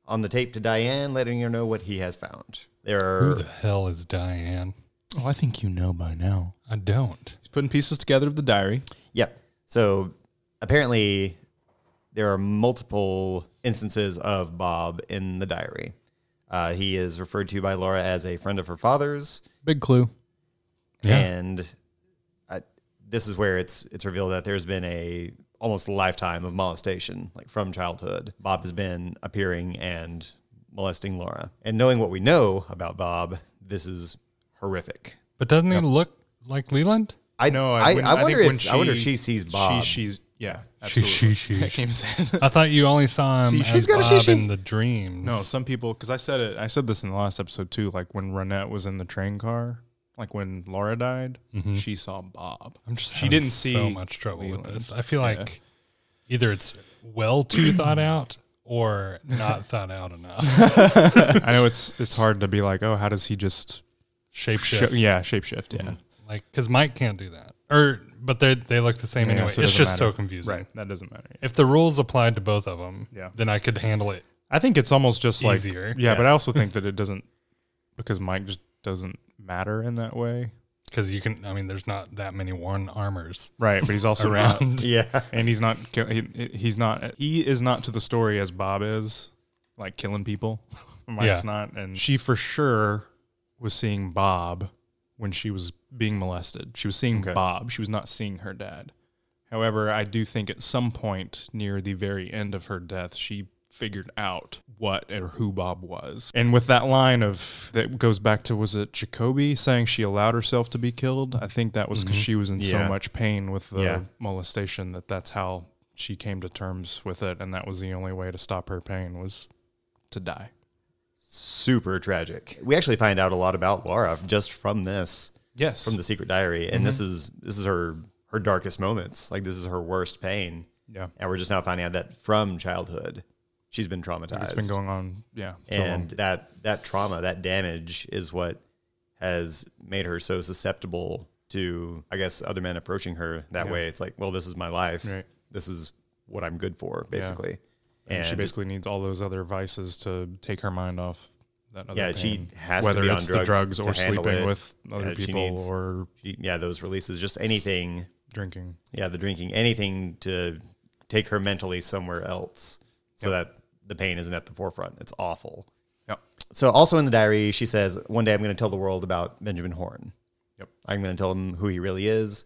B: on the tape to Diane, letting her know what he has found. There
D: Who
B: are
D: the hell is Diane?
C: Oh, I think you know by now.
D: I don't.
C: He's putting pieces together of the diary.
B: Yep. So apparently, there are multiple instances of Bob in the diary. Uh, he is referred to by Laura as a friend of her father's,
C: Big clue.
D: Yeah.
B: and uh, this is where it's it's revealed that there's been a almost lifetime of molestation, like from childhood. Bob has been appearing and molesting Laura, and knowing what we know about Bob, this is horrific.
D: But doesn't he look like Leland?
B: I
C: No,
B: I,
C: wouldn't-
B: I, wonder
C: think when
B: if I wonder if she sees Bob.
C: She, she's yeah,
D: She-
C: absolutely.
D: she- she-
C: I came saying-
D: I thought you only saw him
C: See,
D: as
C: she's
B: got a
D: Bob
B: she-she.
D: in the dreams.
C: No, some people because I said it. I said this in the last episode too. Like when Renette was in the train car, like when Laura died, she saw Bob.
D: I'm just
C: She
D: having
C: didn't see
D: so much trouble
C: Leland.
D: with this. I feel like either it's well too thought out or not thought out enough.
C: I know it's it's hard to be like, oh, how does he just
D: Shapeshift,
C: sh- yeah shapeshift? Yeah,
D: like because Mike can't do that, or but they they look the same
C: Yeah,
D: anyway.
C: so it
D: it's
C: doesn't
D: just so
C: matter.
D: confusing.
C: right. That doesn't matter.
D: If the rules applied to both of them,
C: Yeah.
D: then I could handle it.
C: I think it's almost just like
D: Easier.
C: Yeah, but I also think that it doesn't because Mike just doesn't matter in that way.
D: Because you can, I mean, there's not that many worn armors
C: Right, but he's also not-
D: around.
B: yeah.
C: and he's not kill- he, he's not he is not to the story as Bob is like killing people. Mike's
D: Yeah.
C: not, and she for sure was seeing Bob when she was being molested. She was seeing Bob. She was not seeing her dad. However, I do think at some point near the very end of her death, she figured out what or who Bob was. And with that line of that goes back to was it Jacoby saying she allowed herself to be killed? I think that was because she was in
B: Yeah.
C: so much pain with the
B: Yeah.
C: molestation that that's how she came to terms with it, and that was the only way to stop her pain was to die.
B: super tragic. We actually find out a lot about Laura just from this,
C: Yes,
B: from the secret diary, and
C: Mm-hmm.
B: this is this is her her darkest moments. Like this is her worst pain,
C: yeah,
B: and we're just now finding out that from childhood, she's been traumatized.
C: it's been going on. Yeah, so long.
B: and that that trauma, that damage, is what has made her so susceptible to, I guess, other men approaching her that way. It's like, well, this is my life.
C: Right.
B: This is what I'm good for, basically.
C: And she basically needs all those other vices to take her mind off that other
B: Yeah,
C: pain.
B: she has to
C: whether
B: be on
C: it's the
B: drugs
C: drugs
B: to
C: or
B: handle
C: sleeping
B: it.
C: with other
B: Yeah, she
C: people
B: needs-
C: or
B: yeah, those releases, just anything
C: drinking.
B: yeah, the drinking, anything to take her mentally somewhere else so that the pain isn't at the forefront. It's awful.
C: Yep.
B: So, also in the diary, she says, One day I'm going to tell the world about Benjamin Horn.
C: Yep.
B: I'm going to tell him who he really is.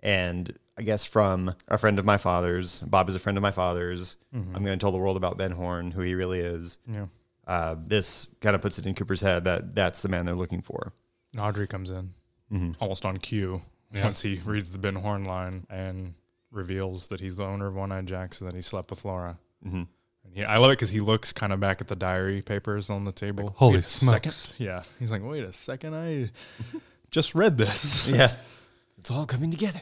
B: And I guess from a friend of my father's, Bob is a friend of my father's. I'm going to tell the world about Ben Horn, who he really is.
C: Mm-hmm. Yeah.
B: Uh, this kind of puts it in Cooper's head that that's the man they're looking for.
C: And Audrey comes in
B: Mm-hmm.
C: almost on cue
D: Yeah.
C: once he reads the Ben Horn line and reveals that he's the owner of One Eye Jackson that he slept with Laura.
B: Mhm.
C: And he, I love it because he looks kind of back at the diary papers on the table.
D: Holy
C: Wait a second.
D: smokes.
C: Yeah. He's like, wait a second. I just read this.
B: Yeah. It's all coming together.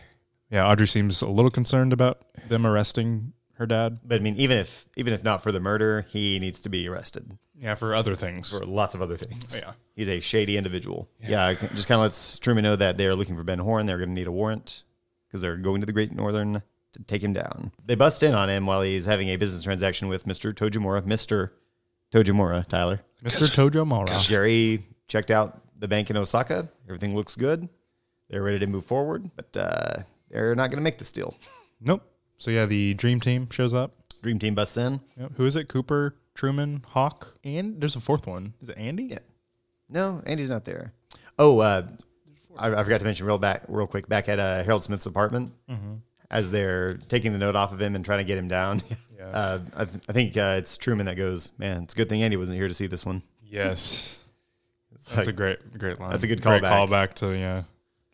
C: yeah. Audrey seems a little concerned about them arresting her dad.
B: But I mean, even if even if not for the murder, he needs to be arrested.
C: Yeah. For other things.
B: for lots of other things.
C: Yeah.
B: He's a shady individual. Yeah. it just kind of lets Truman know that they're looking for Ben Horn. They're going to need a warrant because they're going to the Great Northern to take him down. They bust in on him while he's having a business transaction with Mr. Tojimura. Mr. Tojimura, Tyler.
C: Mr. Tojo Mara.
B: Jerry checked out the bank in Osaka. Everything looks good. They're ready to move forward, but uh, they're not going to make this deal.
C: Nope. So yeah, the dream team shows up.
B: Dream Team busts in.
C: Yep. Who is it? Cooper, Truman, Hawk, and there's a fourth one. Is it Andy?
B: Yeah. No, Andy's not there. Oh, uh, I, I forgot to mention real back, real quick, back at uh, Harold Smith's apartment, as they're taking the note off of him and trying to get him down. Uh, I, th- I think uh, it's Truman that goes, "Man, it's a good thing Andy wasn't here to see this one."
C: Yes. That's a great, great line.
B: That's a good
C: Great
B: callback.
C: callback to yeah.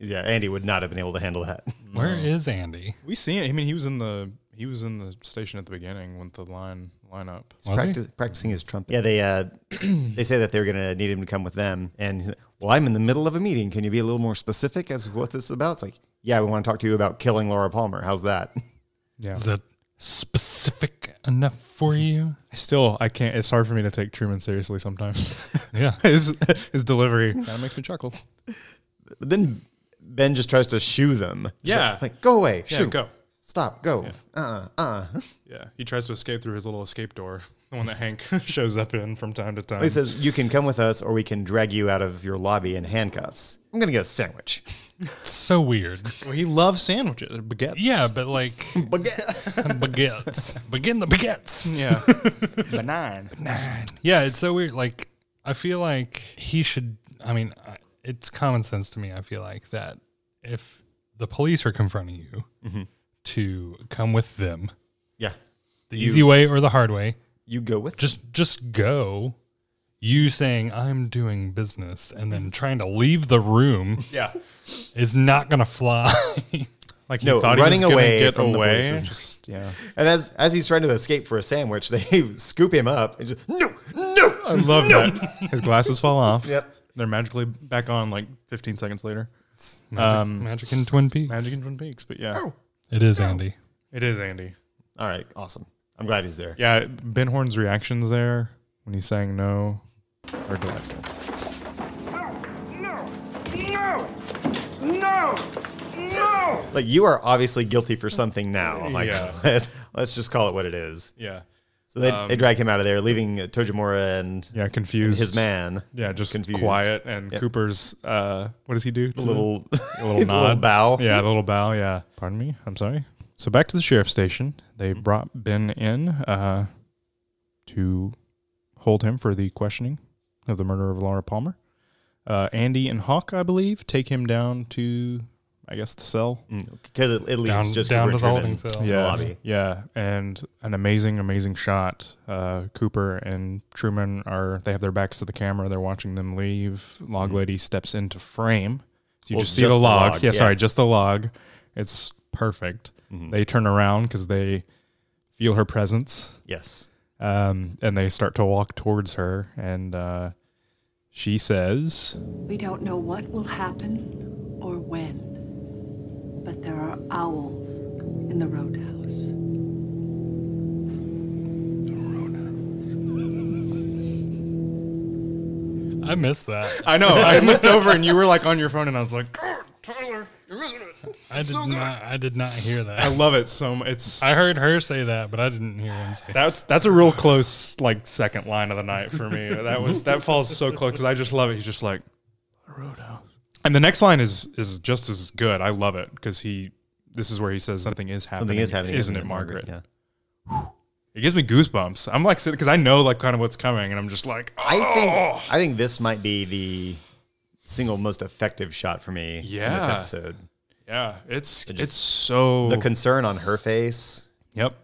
B: 'Cause, Yeah, Andy would not have been able to handle that.
D: Where is Andy?
C: We see it. I mean, he was in the he was in the station at the beginning with the line lineup.
D: Was he?
B: Practi- practicing his trumpet. Yeah, they uh, they say that they're going to need him to come with them. And he's like, well, I'm in the middle of a meeting. Can you be a little more specific as to what this is about? It's like, yeah, we want to talk to you about killing Laura Palmer. How's that?
C: Yeah.
D: Is that specific enough for you?
C: Still, I can't. It's hard for me to take Truman seriously sometimes.
D: Yeah.
C: his his delivery kind of makes me chuckle.
B: But then Ben just tries to shoo them. Just
C: Yeah.
B: like, like, go away,
C: Yeah,
B: shoo.
C: go.
B: stop, go. Uh uh uh.
C: Yeah, he tries to escape through his little escape door, the one that Hank shows up in from time to time.
B: He says, You can come with us or we can drag you out of your lobby in handcuffs. I'm going to get a sandwich.
D: so weird.
C: Well, he loves sandwiches, they're baguettes.
D: Yeah, but like
B: Baguettes.
D: baguettes. Begin the baguettes.
C: yeah,
E: Benign.
D: Yeah, it's so weird. Like, I feel like he should. I mean, I- it's common sense to me. I feel like that if the police are confronting you to come with them,
B: yeah.
D: the easy way or the hard way,
B: You go with
D: just just go. You saying I'm doing business and then trying to leave the room
C: yeah.
D: is not gonna fly.
C: Like he
B: No,
C: thought
B: running
C: he was
B: away
C: away get
B: from the
C: away.
B: police is
C: just yeah.
B: And as as he's trying to escape for a sandwich, they scoop him up and just no, no.
C: I love that. His glasses fall off.
B: Yep.
C: They're magically back on like 15 seconds later.
D: magic,
C: Um,
D: magic in Twin Peaks.
C: Magic in Twin Peaks, but yeah.
D: It is Andy.
C: It is Andy.
B: All right, awesome. I'm glad he's there.
C: Yeah, Ben Horn's reactions there when he's saying no are delightful.
F: No! No! No! No! No!
B: Like you are obviously guilty for something now. Like
C: Yeah.
B: let's, let's just call it what it is.
C: Yeah.
B: So they, they drag him out of there, leaving uh, Tojimura and
C: Um, Yeah, confused.
B: his man.
C: Yeah, just
B: Confused.
C: quiet and Cooper's uh what does he do? to
B: A little,
C: a little nod.
B: bow.
C: Yeah, a little bow, yeah. Mm-hmm. Pardon me. I'm sorry. So back to the sheriff's station. They brought Ben in uh to hold him for the questioning of the murder of Laura Palmer. Uh, Andy and Hawk, I believe, take him down to I guess the cell.
B: because it, it leaves
D: Down,
B: just
D: down to the
B: Richard and-
D: holding cell.
C: yeah,
B: lobby.
C: Yeah, and an amazing, amazing shot. Uh, Cooper and Truman are they have their backs to the camera. They're watching them leave. Log lady steps into frame. So you
B: Well,
C: Mm-hmm. just see
B: just
C: the
B: the
C: log.
B: log,
C: yeah, Mm-hmm.
B: yeah.
C: sorry, just the log. It's perfect. They turn around because they feel her presence,
B: Yes.
C: um, and they start to walk towards her. And uh, she says,
G: We don't know what will happen or when, but there are owls in the roadhouse.
D: I missed that.
C: "I know." I looked over and you were like on your phone, and I was like,
D: I did not. I did not hear
C: "I
D: that.
C: love it so much." It's
D: I heard her say that, but I didn't hear him say.
C: That's that's a real close like second line of the night for me. That was that falls so close because I just love it. He's just like roadhouse, and the next line is is just as good. I love it because he this is where he says something is happening.
B: Something is happening,
C: isn't it, Margaret?
B: Yeah.
C: It gives me goosebumps. I'm like because I know like kind of what's coming, and I'm just like,
B: I think
C: "Oh."
B: I think this might be the single most effective shot for me in this
C: Yeah.
B: episode.
C: yeah, it's
B: just-
C: it's so
B: The concern on her face,
C: yep.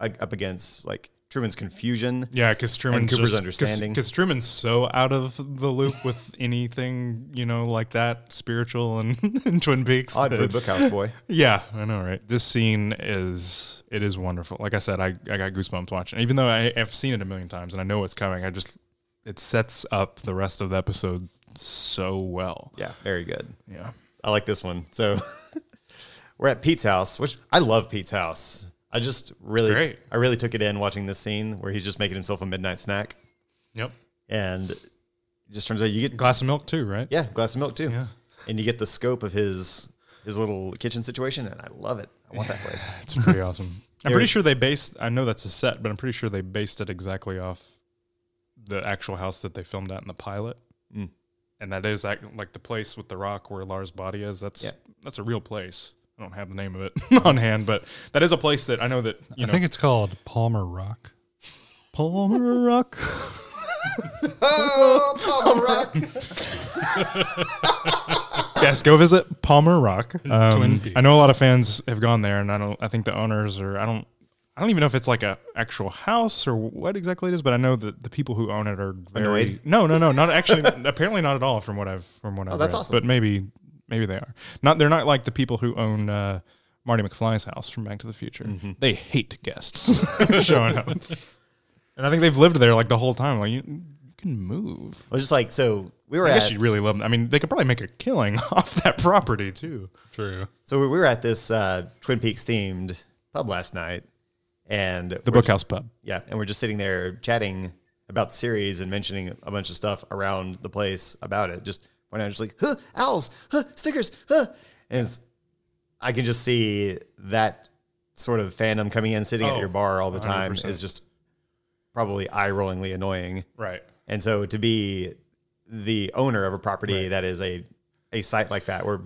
B: like, up against like Truman's confusion.
C: Yeah, because Truman's
B: Cooper's
C: just,
B: understanding.
C: Because Truman's so out of the loop with anything, you know, like that spiritual and, and Twin Peaks.
B: Odd
C: that-
B: for a bookhouse boy.
C: Yeah, I know, right? This scene is it is wonderful. Like I said, I, I got goosebumps watching. it. Even though I, I've seen it a million times and I know what's coming, I just it sets up the rest of the episode so well.
B: Yeah, very good.
C: Yeah.
B: I like this one. So we're at Pete's house, which I love Pete's house. I just really,
C: great.
B: I really took it in watching this scene where he's just making himself a midnight snack,
C: Yep.
B: and it just turns out you get
C: Glass of milk too, right?
B: yeah, glass of milk too,
C: Yeah.
B: and you get the scope of his his little kitchen situation, and I love it. I want that place.
C: It's pretty awesome. I'm pretty sure they based I know that's a set, but I'm pretty sure they based it exactly off the actual house that they filmed at in the pilot. And that is act- like the place with the rock where Lars' body is. That's
B: Yeah.
C: that's a real place. I don't have the name of it on hand, but that is a place that I know that you
D: I
C: know
D: think it's called Palmer Rock.
C: Palmer Rock.
B: Oh, Papa Rock.
C: yes, go visit Palmer Rock. Um,
D: Twin Peaks.
C: I know a lot of fans have gone there, and I don't. I think the owners are. I don't. I don't even know if it's like a actual house or what exactly it is, but I know that the people who own it are very,
B: Annoyed?
C: No, no, no, not actually. apparently, not at all. From what I've from what I've.
B: that's
C: read.
B: awesome.
C: But maybe maybe they are not. They're not like the people who own. Uh, Marty McFly's house from Back to the Future. They hate guests showing up, and I think they've lived there like the whole time. Like you, you can move.
B: Well, just like so, we were
C: I
B: at
C: guess you really love them. I mean, they could probably make a killing off that property too.
D: True.
B: so we were at this uh, Twin Peaks themed pub last night, and
C: The Bookhouse Pub.
B: yeah, and we're just sitting there chatting about the series and mentioning a bunch of stuff around the place about it. Just when I was just like, huh, owls, huh, stickers, huh, and it's, I can just see that sort of fandom coming in, sitting at
C: Oh,
B: your bar all the time
C: 100%.
B: is just probably eye rollingly annoying.
C: Right.
B: And so to be the owner of a property that is a a site like that where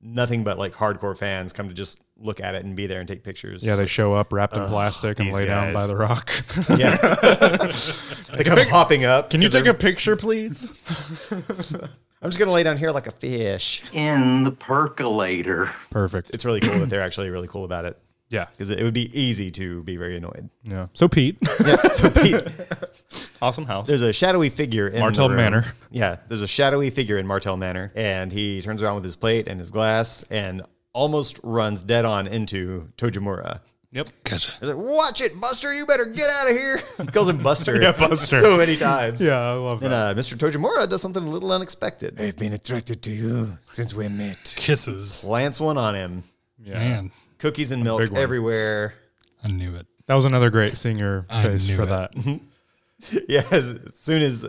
B: nothing but like hardcore fans come to just look at it and be there and take pictures.
C: Yeah, they
B: Just
C: show up wrapped in plastic and
B: these
C: lay down by
B: guys.
C: the rock.
B: like- yeah. they come hopping up.
C: Can you
B: 'cause
C: take
B: they're-
C: a picture, please?
B: I'm just gonna lay down here like a fish.
E: in the percolator.
C: Perfect.
B: It's really cool that they're actually really cool about it
C: yeah.
B: because it would be easy to be very annoyed.
C: Yeah. So Pete,
B: Yeah. So Pete,
C: awesome house.
B: there's a shadowy figure in
C: Martell
B: the room.
C: Manor.
B: Yeah, there's a shadowy figure in Martell Manor, and he turns around with his plate and his glass and almost runs dead on into Tojimura.
C: Yep.
B: He's like, "Watch it, Buster! You better get out of here." He calls him Buster.
C: Yeah, Buster.
B: So many times.
C: Yeah, I love
B: Then
C: that.
B: uh, Mr. Tojimura does something a little unexpected. He
H: I've been attracted to you since we met.
D: Kisses.
B: Plants one on him.
C: Yeah.
D: Man,
B: Cookies and milk
C: big one.
B: everywhere.
D: I knew it.
C: That was another great singer
D: I
C: face
D: knew
C: for
D: it.
C: that.
B: Yeah, as soon as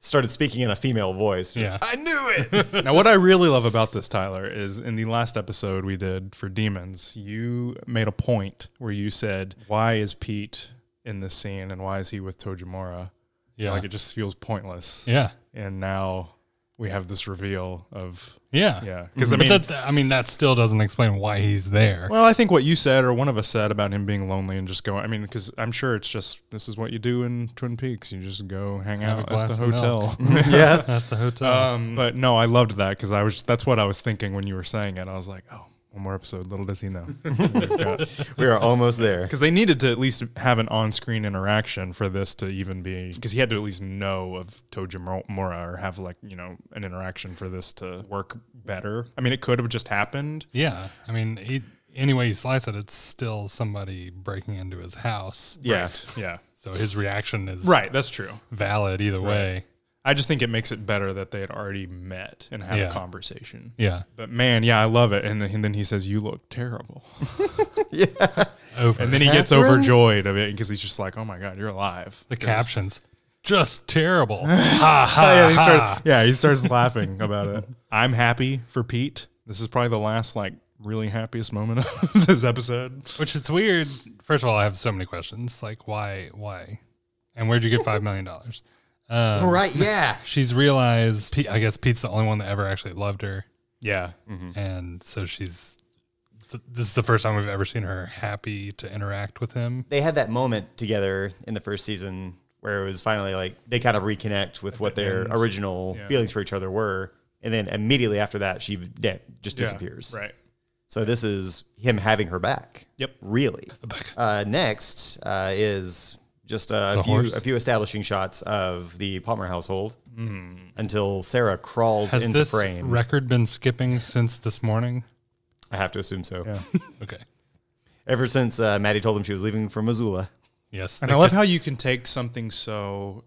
B: started speaking in a female voice.
D: Yeah.
B: I knew it.
C: now, what I really love about this, Tyler, is in the last episode we did for Demons, you made a point where you said, Why is Pete in this scene and why is he with Tojimura?
D: Yeah.
C: Like it just feels pointless.
D: yeah.
C: And now we have this reveal of,
D: Yeah. Mm-hmm.
C: yeah. Because I
D: But
C: mean,
D: that's, I mean, that still doesn't explain why he's there.
C: Well, I think what you said, or one of us said about him being lonely and just going. I mean, because I'm sure it's just this is what you do in Twin Peaks. You just go hang
D: Have
C: out
D: a
C: at the
D: glass of
C: hotel.
B: yeah.
D: At the hotel.
C: um, but no, I loved that because I was. That's what I was thinking when you were saying it. I was like, oh, one more episode. Little does he know. Because
B: We are almost there.
C: they needed to at least have an on-screen interaction for this to even be. Because he had to at least know of Tojimura or have like you know an interaction for this to work better. I mean, it could have just happened.
D: yeah. I mean, it, any way you slice it, it's still somebody breaking into his house.
B: Yeah.
C: Yeah.
D: So his reaction is
C: Right, that's true.
D: valid either way.
C: I just think it makes it better that they had already met and had
D: Yeah.
C: a conversation.
D: Yeah.
C: But man, yeah, I love it. And, and then he says, "You look terrible,"
D: Over.
C: and then he gets overjoyed of it because he's just like, "Oh my god, you're alive!"
D: the
C: 'Cause-
D: captions. Just terrible.
C: yeah, he starts, yeah, he starts laughing about it. I'm happy for Pete. This is probably the last like really happiest moment of this episode.
D: Which it's weird. First of all, I have so many questions. Like, why? Why? And where'd you get $5 million? Um,
B: Right, yeah.
D: She's realized, Pete, I guess Pete's the only one that ever actually loved her.
C: Yeah,
B: Mm-hmm.
D: And so she's, th- this is the first time we've ever seen her happy to interact with him.
B: they had that moment together in the first season where it was finally like they kind of reconnect with what their original feelings for each other were. And then immediately after that, she de- just disappears.
C: right.
B: So this is him having her back.
C: Yep.
B: Really. Uh, next uh, is just a
D: The
B: few
D: horse?
B: a few establishing shots of the Palmer household until Sarah crawls
D: Mm. Has
B: into
D: this
B: frame.
D: record been skipping since this morning?
B: I have to assume so.
D: Okay.
B: Ever since uh, Maddie told him she was leaving for Missoula.
D: Yes.
C: And
D: they
C: I love
D: kept-
C: how you can take something so,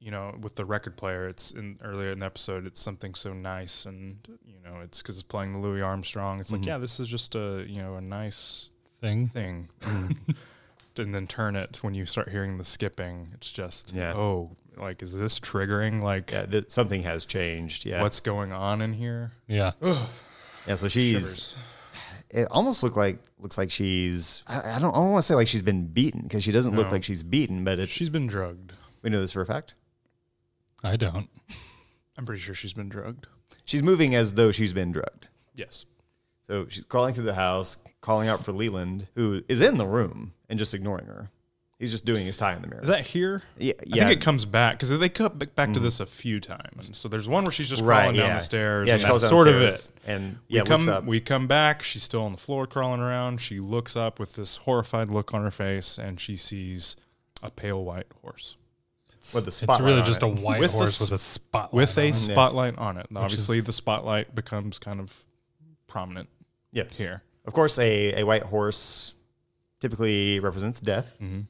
C: you know, with the record player, it's in earlier in the episode, it's something so nice, and you know, it's because it's playing the Louis Armstrong. It's like, yeah, this is just a you know a nice
D: thing.
C: thing, and then turn it when you start hearing the skipping. It's just,
B: Yeah.
C: oh, like is this triggering? Like,
B: Yeah, th- something has changed. Yeah.
C: what's going on in here?
D: Yeah.
B: yeah, so she's it almost look like looks like she's I, I don't I don't want to say like she's been beaten because she doesn't look
C: No.
B: like she's beaten, but it's
C: She's been drugged.
B: we know this for a fact.
D: I don't.
C: I'm pretty sure she's been drugged.
B: She's moving as though she's been drugged.
C: Yes.
B: So she's crawling through the house, calling out for Leland, who is in the room and just ignoring her. He's just doing his tie in the mirror.
C: Is that here?
B: Yeah, yeah.
C: I
B: Mm-hmm.
C: think it comes back because they cut back back to this a few times. So there's one where she's just crawling down the stairs.
B: Yeah,
C: and
B: she calls
C: that's
B: down
C: sort
B: the
C: of
B: stairs
C: it.
B: And
C: We
B: yeah,
C: come,
B: looks up.
C: we come back. She's still on the floor crawling around. She looks up with this horrified look on her face, and she sees a pale white horse
B: with the
D: It's
B: spotlight
D: really
B: on
D: just
B: it.
D: a white
C: With a
D: horse
C: s-
D: with a
B: Uh,
D: spot.
C: with a
D: on. it.
C: spotlight on it. Obviously,
D: is-
C: the spotlight becomes kind of prominent
B: yes.
C: here.
B: Of course, a, a white horse typically represents death.
C: Mm-hmm.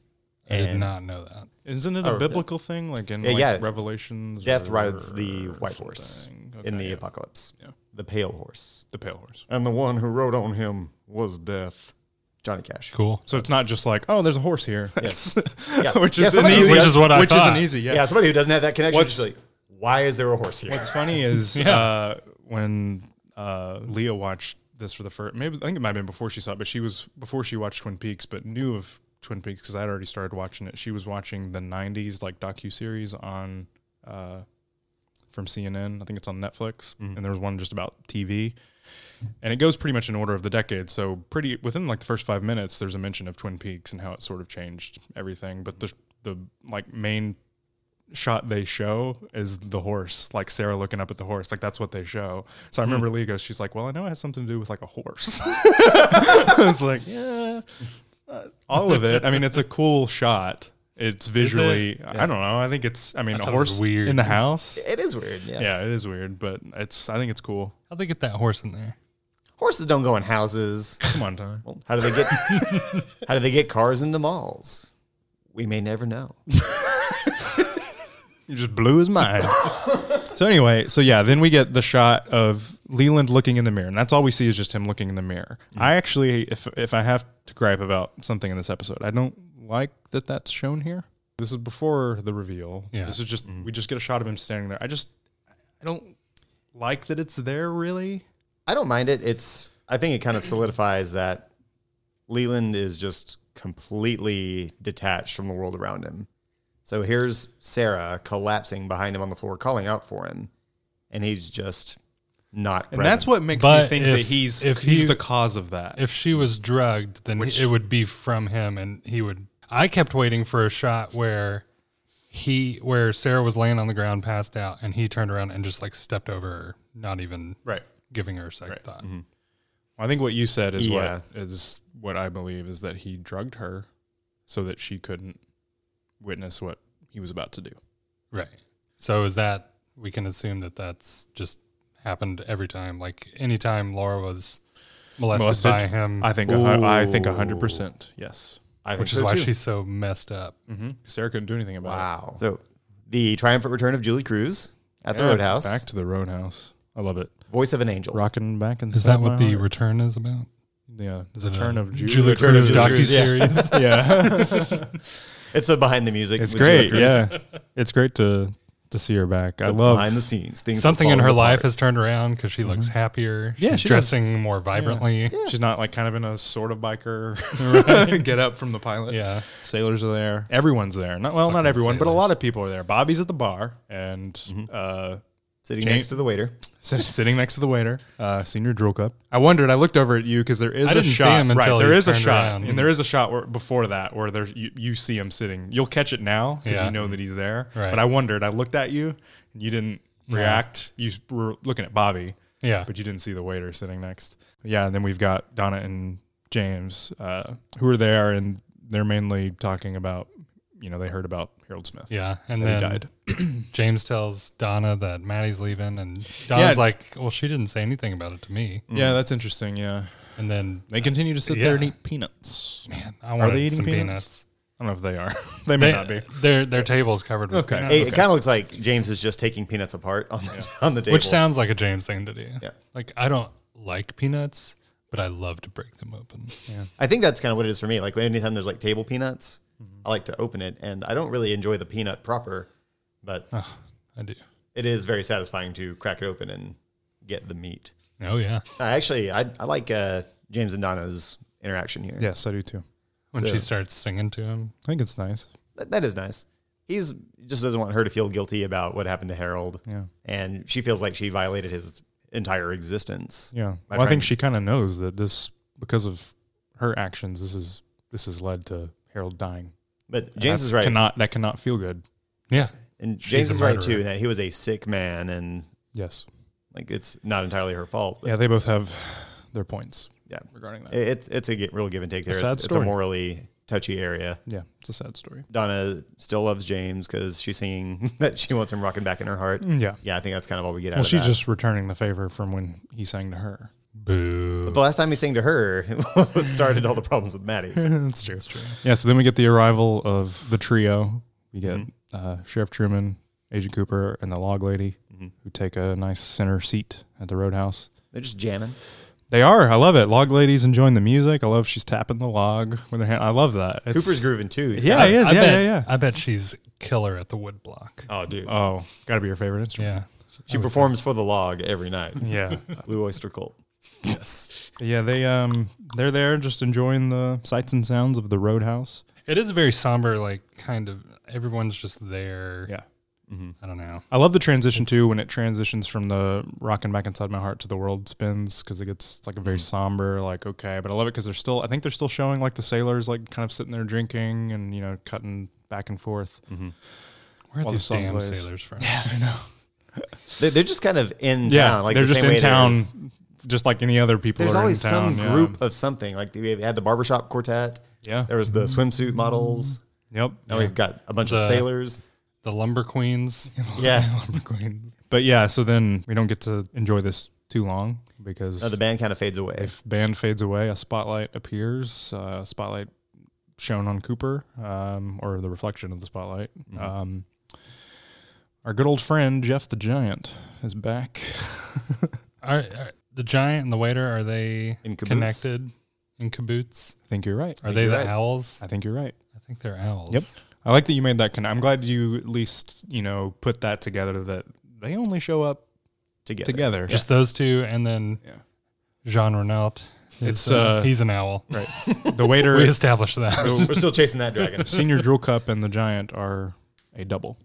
D: I did
B: and-
D: not know that.
C: Isn't it a
B: Oh,
C: biblical thing? Like in
B: Yeah,
C: like
B: yeah.
C: Revelations,
B: Death
C: or
B: rides the white horse
C: something?
B: in
C: Okay,
B: the
C: yeah.
B: apocalypse.
C: Yeah.
B: The pale horse.
C: The pale horse.
B: and the one who rode on him was death. Johnny Cash.
D: Cool.
C: So it's not just like, oh, there's a horse here.
B: Yes.
C: It's-
B: Yeah.
C: which
B: Yeah,
C: is an
B: somebody-
C: easy,
B: Which is
D: what I
C: which
D: thought.
C: isn't easy. Yeah.
B: Yeah, somebody who doesn't have that connection
C: What's-
B: is just like, why is there a horse here?
C: What's funny is
D: Yeah.
C: uh, when uh, Leah watched this for the first. Maybe I think it might have been before she saw it, but she was before she watched Twin Peaks, but knew of Twin Peaks because I'd already started watching it. She was watching the '90s like docu series on uh, from CNN. I think it's on Netflix,
D: Mm-hmm.
C: and there was one just about TV. And it goes pretty much in order of the decade. So pretty within like the first five minutes, there's a mention of Twin Peaks and how it sort of changed everything. But the the like main shot they show is the horse, like Sarah looking up at the horse. Like that's what they show. So I
D: Hmm.
C: remember Lee goes, she's like, well, I know it has something to do with like a horse. I was like, yeah, uh, all of it. I mean, it's a cool shot. It's visually, I don't know. I think it's, I mean, a
D: thought it was
C: horse
D: weird.
C: in the house.
B: It is weird. Yeah.
C: Yeah, it is weird, but it's, I think it's cool.
D: How'd they get that horse in there?
B: Horses don't go in houses.
C: Come on, Tom.
B: Well, how do they get how do they get cars into malls? We may never know.
C: You just blew his mind. so anyway, so yeah, then we get the shot of Leland looking in the mirror, and that's all we see is just him looking in the mirror. I actually, if if I have to gripe about something in this episode, I don't like that that's shown here. This is before the reveal.
D: Yeah.
C: This is just we just get a shot of him standing there. I just I don't like that it's there really.
B: I don't mind it. It's I think it kind of solidifies that Leland is just completely detached from the world around him. So here's Sarah collapsing behind him on the floor, calling out for him, and he's just not.
C: And that's what makes me
D: But
C: think
D: if-
C: that he's
D: if
C: he's
D: you-
C: the cause of that.
D: If she was drugged, then it would be from him, and he would. I kept waiting for a shot where he, where Sarah was laying on the ground, passed out, and he turned around and just like stepped over her, not even
C: right. Mm-hmm.
D: giving her a second thought.
C: I think what you said is
B: Yeah.
C: what is what I believe is that he drugged her so that she couldn't witness what he was about to do.
D: Right. So is that we can assume that that's just happened every time, like anytime Laura was molested,
C: Molested?
D: by him,
C: I think a hun- I think a hundred percent yes.
B: I think
D: which is
B: so
D: why
B: too.
D: she's so messed up.
C: Mm-hmm. Sarah couldn't do anything about
B: wow. So the triumphant return of Julie Cruz at
C: it.
B: the
C: Yeah,
B: Roadhouse,
C: Back to the Roadhouse. I love it.
B: voice of an angel.
C: Rocking back and
D: Is that what the return is about?
C: yeah the turn of Ju-
D: Julie
C: Return of
D: Cruz
C: Julie
D: docu
C: Cruz.
D: series?
C: Yeah,
B: It's a behind the music.
C: it's
B: with Julie
C: great.
B: Cruz.
C: Yeah, it's great to to see her back. I love
B: behind the scenes things. that
D: Something in
B: fall
D: her
B: apart.
D: life has turned around because she looks happier.
C: Mm-hmm. Yeah,
D: she's
C: she does.
D: dressing more vibrantly. Yeah.
C: She's not like kind of in a sort of biker get up from the pilot. Sailors are there. Everyone's there. Not well, not
D: Fucking
C: everyone, but a
D: sailors.
C: lot of people are there. Bobby's at the bar and uh,
B: sitting
C: Jane-
B: next to the waiter.
C: sit- sitting next to the waiter, uh, senior drill cup. I wondered. I looked over at you because there is
D: I
C: a
D: didn't see
C: shot.
D: him until
C: right, there
D: he
C: is a
D: turned
C: shot,
D: around.
C: and there is a shot where, before that where there you, you see him sitting. You'll catch it now because
D: Yeah.
C: you know that he's there.
D: Right.
C: But I wondered. I looked at you, and you didn't react. You were looking at Bobby
D: Yeah.
C: but you didn't see the waiter sitting next. Yeah, and then we've got Donna and James, uh, who are there, and they're mainly talking about, you know, they heard about Harold Smith.
D: Yeah, and
C: that
D: then
C: he died.
D: James tells Donna that Maddie's leaving, and Donna's like, "Well, she didn't say anything about it to me."
B: Mm-hmm.
C: Yeah, that's interesting. Yeah,
D: And then
C: Mm. they continue to sit there and
D: Yeah.
C: eat peanuts. Man,
D: I wanted
C: they eating
D: some
C: peanuts?
D: peanuts.
C: I don't know if they are. they may
D: They,
C: not be.
D: Their their table's covered with
C: Okay.
D: peanuts,
B: It, kind of looks like James is just taking peanuts apart on the, on the table.
D: which sounds like a James thing to do.
B: Yeah.
D: Like I don't like peanuts, but I love to break them open. Yeah.
B: I think that's kind of what it is for me. Like anytime there's like table peanuts, I like to open it, and I don't really enjoy the peanut proper, but
D: I do.
B: it is very satisfying to crack it open and get the meat.
D: Oh yeah.
B: I actually, I, I like uh, James and Donna's interaction here.
C: Yes, I do too.
D: When
B: So-
D: she starts singing to him,
C: I think it's nice.
B: That, that is nice. He's just doesn't want her to feel guilty about what happened to Harold.
C: Yeah.
B: and she feels like she violated his entire existence.
C: Yeah,
B: By
C: well, I
B: trying-
C: think she kind of knows that this because of her actions. This is this has led to Harold dying.
B: But
C: And
B: James
C: that's
B: is right.
C: Cannot that cannot feel good.
D: yeah,
B: And
D: She's
B: James
D: a
B: is right
D: murderer.
B: too that he was a sick man and
C: Yes.
B: like it's not entirely her fault. But
C: Yeah, they both have their points
B: yeah.
C: regarding that.
B: It- It's it's a gi- real give and take there.
C: sad
B: It's, it's a
C: story.
B: morally touchy area.
C: yeah, it's a sad story.
B: Donna still loves James because she's singing that she wants him rocking back in her heart.
C: Yeah.
B: Yeah, I think that's kind of all we get
C: Mm. Well,
B: out of
C: she's
B: that.
C: just returning the favor from when he sang to her.
D: boo.
B: the last time he sang to her was what started all the problems with Maddie. So
C: That's true. Yeah, so then we get the arrival of the trio. We get uh, Sheriff Truman, Agent Cooper, and the log lady who take a nice center seat at the roadhouse.
B: they're just jamming.
C: They are. I love it. Log lady's enjoying the music. I love she's tapping the log with her hand. I love that. It's-
B: Cooper's grooving too. He's
C: Yeah,
B: got-
C: he is.
D: I
C: yeah,
D: bet,
C: yeah, yeah.
D: I bet she's killer at the wood block.
B: Oh, dude.
C: Uh, Oh, got to be your favorite instrument.
D: Yeah.
B: she performs for the log every night.
C: Yeah.
B: Blue Oyster Cult.
D: Yes.
C: Yeah, they um they're there just enjoying the sights and sounds of the roadhouse.
D: It is very somber, like kind of everyone's just there.
C: Yeah.
D: I don't know.
C: I love the transition too when it transitions from the rocking back inside my heart to the world spins because it gets like a very somber, like okay. But I love it because they're still, I think they're still showing like the sailors like kind of sitting there drinking and you know cutting back and forth.
D: Where
C: While
D: are
C: the
D: these
C: song
D: damn
C: plays.
D: sailors from?
B: They, they're just kind of in
C: Yeah,
B: town. Like
C: they're
B: the
C: just
B: same
C: in
B: way
C: town,
B: there's-
C: just like any other people.
B: There's
C: are
B: always
C: in town,
B: some
C: yeah.
B: group of something. Like we had the barbershop quartet.
C: Yeah. Mm-hmm.
B: There was the swimsuit models.
C: Yep.
B: Now we've got a bunch
D: The-
B: of sailors.
D: The lumber queens.
B: Yeah.
C: But yeah, so then we don't get to enjoy this too long because
B: No, the band kind of fades away.
C: if band fades away, a spotlight appears. Uh, spotlight shown on Cooper, um, or the reflection of the spotlight.
D: Mm-hmm.
C: Um, our good old friend Jeff the Giant is back.
D: Are, are the giant and the waiter are they
B: In cahoots?
D: connected in cahoots?
C: I think you're right.
D: Are they the
B: right.
D: owls?
C: I think you're right.
D: I think they're owls.
C: Yep. I like that you made that connection. I'm glad you at least you know put that together that they only show up
B: Together.
C: together.
D: Just those two, and then
C: Yeah.
D: Jean Renault. is,
C: It's, uh,
D: he's an owl.
C: right. The waiter,
D: We established that.
B: We're still chasing that dragon.
C: Senior Drill Cup and the Giant are a double.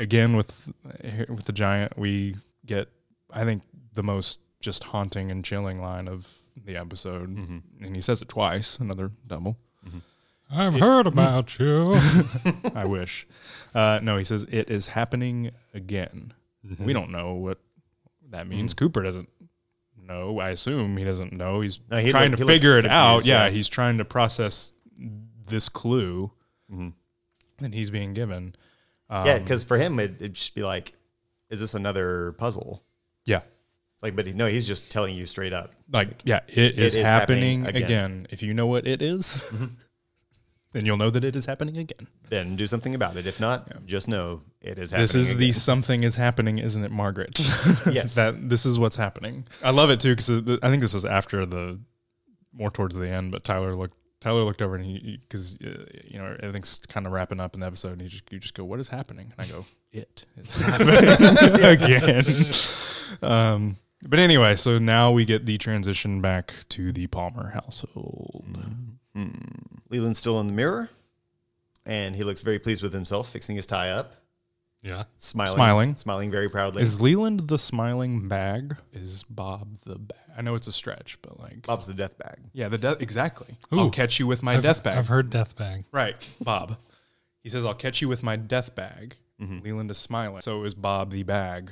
C: Again with eh, with the Giant, we get I think the most just haunting and chilling line of the episode, and he says it twice. Another double.
D: I've heard about you.
C: I wish. Uh, no, he says it is happening again.
B: Mm-hmm.
C: We don't know what that means. Cooper doesn't know. I assume he doesn't know. He's
B: No, he
C: trying
B: look-
C: to
B: he looks
C: figure it out.
B: confused,
C: Yeah,
B: yeah.
C: he's trying to process this clue
B: Mm-hmm.
C: that he's being given.
B: yeah,
C: Um,
B: because for him, it, it'd just be like, is this another puzzle?
C: Yeah.
B: It's like, but he- no, he's just telling you straight up.
C: Like, yeah, it is,
B: is
C: happening,
B: happening
C: again.
B: again. Mm-hmm.
C: If you know what it is, then you'll know that it is happening again.
B: Then do something about it. If not, just know it is happening.
C: This is the
B: again.
C: something is happening, isn't it, Margaret?
B: Yes.
C: that this is what's happening. I love it too because I think this is after the more towards the end. But Tyler looked Tyler looked over and he because uh, you know everything's kind of wrapping up in the episode, and he just you just go, "What is happening?" And I go, "It is happening again." um, but anyway, so now we get the transition back to the Palmer household.
B: Leland's still in the mirror, and he looks very pleased with himself, fixing his tie up,
D: yeah.
B: smiling,
C: Smiling.
B: smiling very proudly.
C: Is Leland the smiling bag? Is Bob the bag? I know it's a stretch, but like
B: Bob's the death bag.
C: Yeah, the death exactly.
D: Ooh.
C: I'll catch you with my
D: I've,
C: death bag.
D: I've heard death bag.
C: Right, Bob. he says, "I'll catch you with my death bag."
B: Mm-hmm.
C: Leland is smiling. So is Bob the bag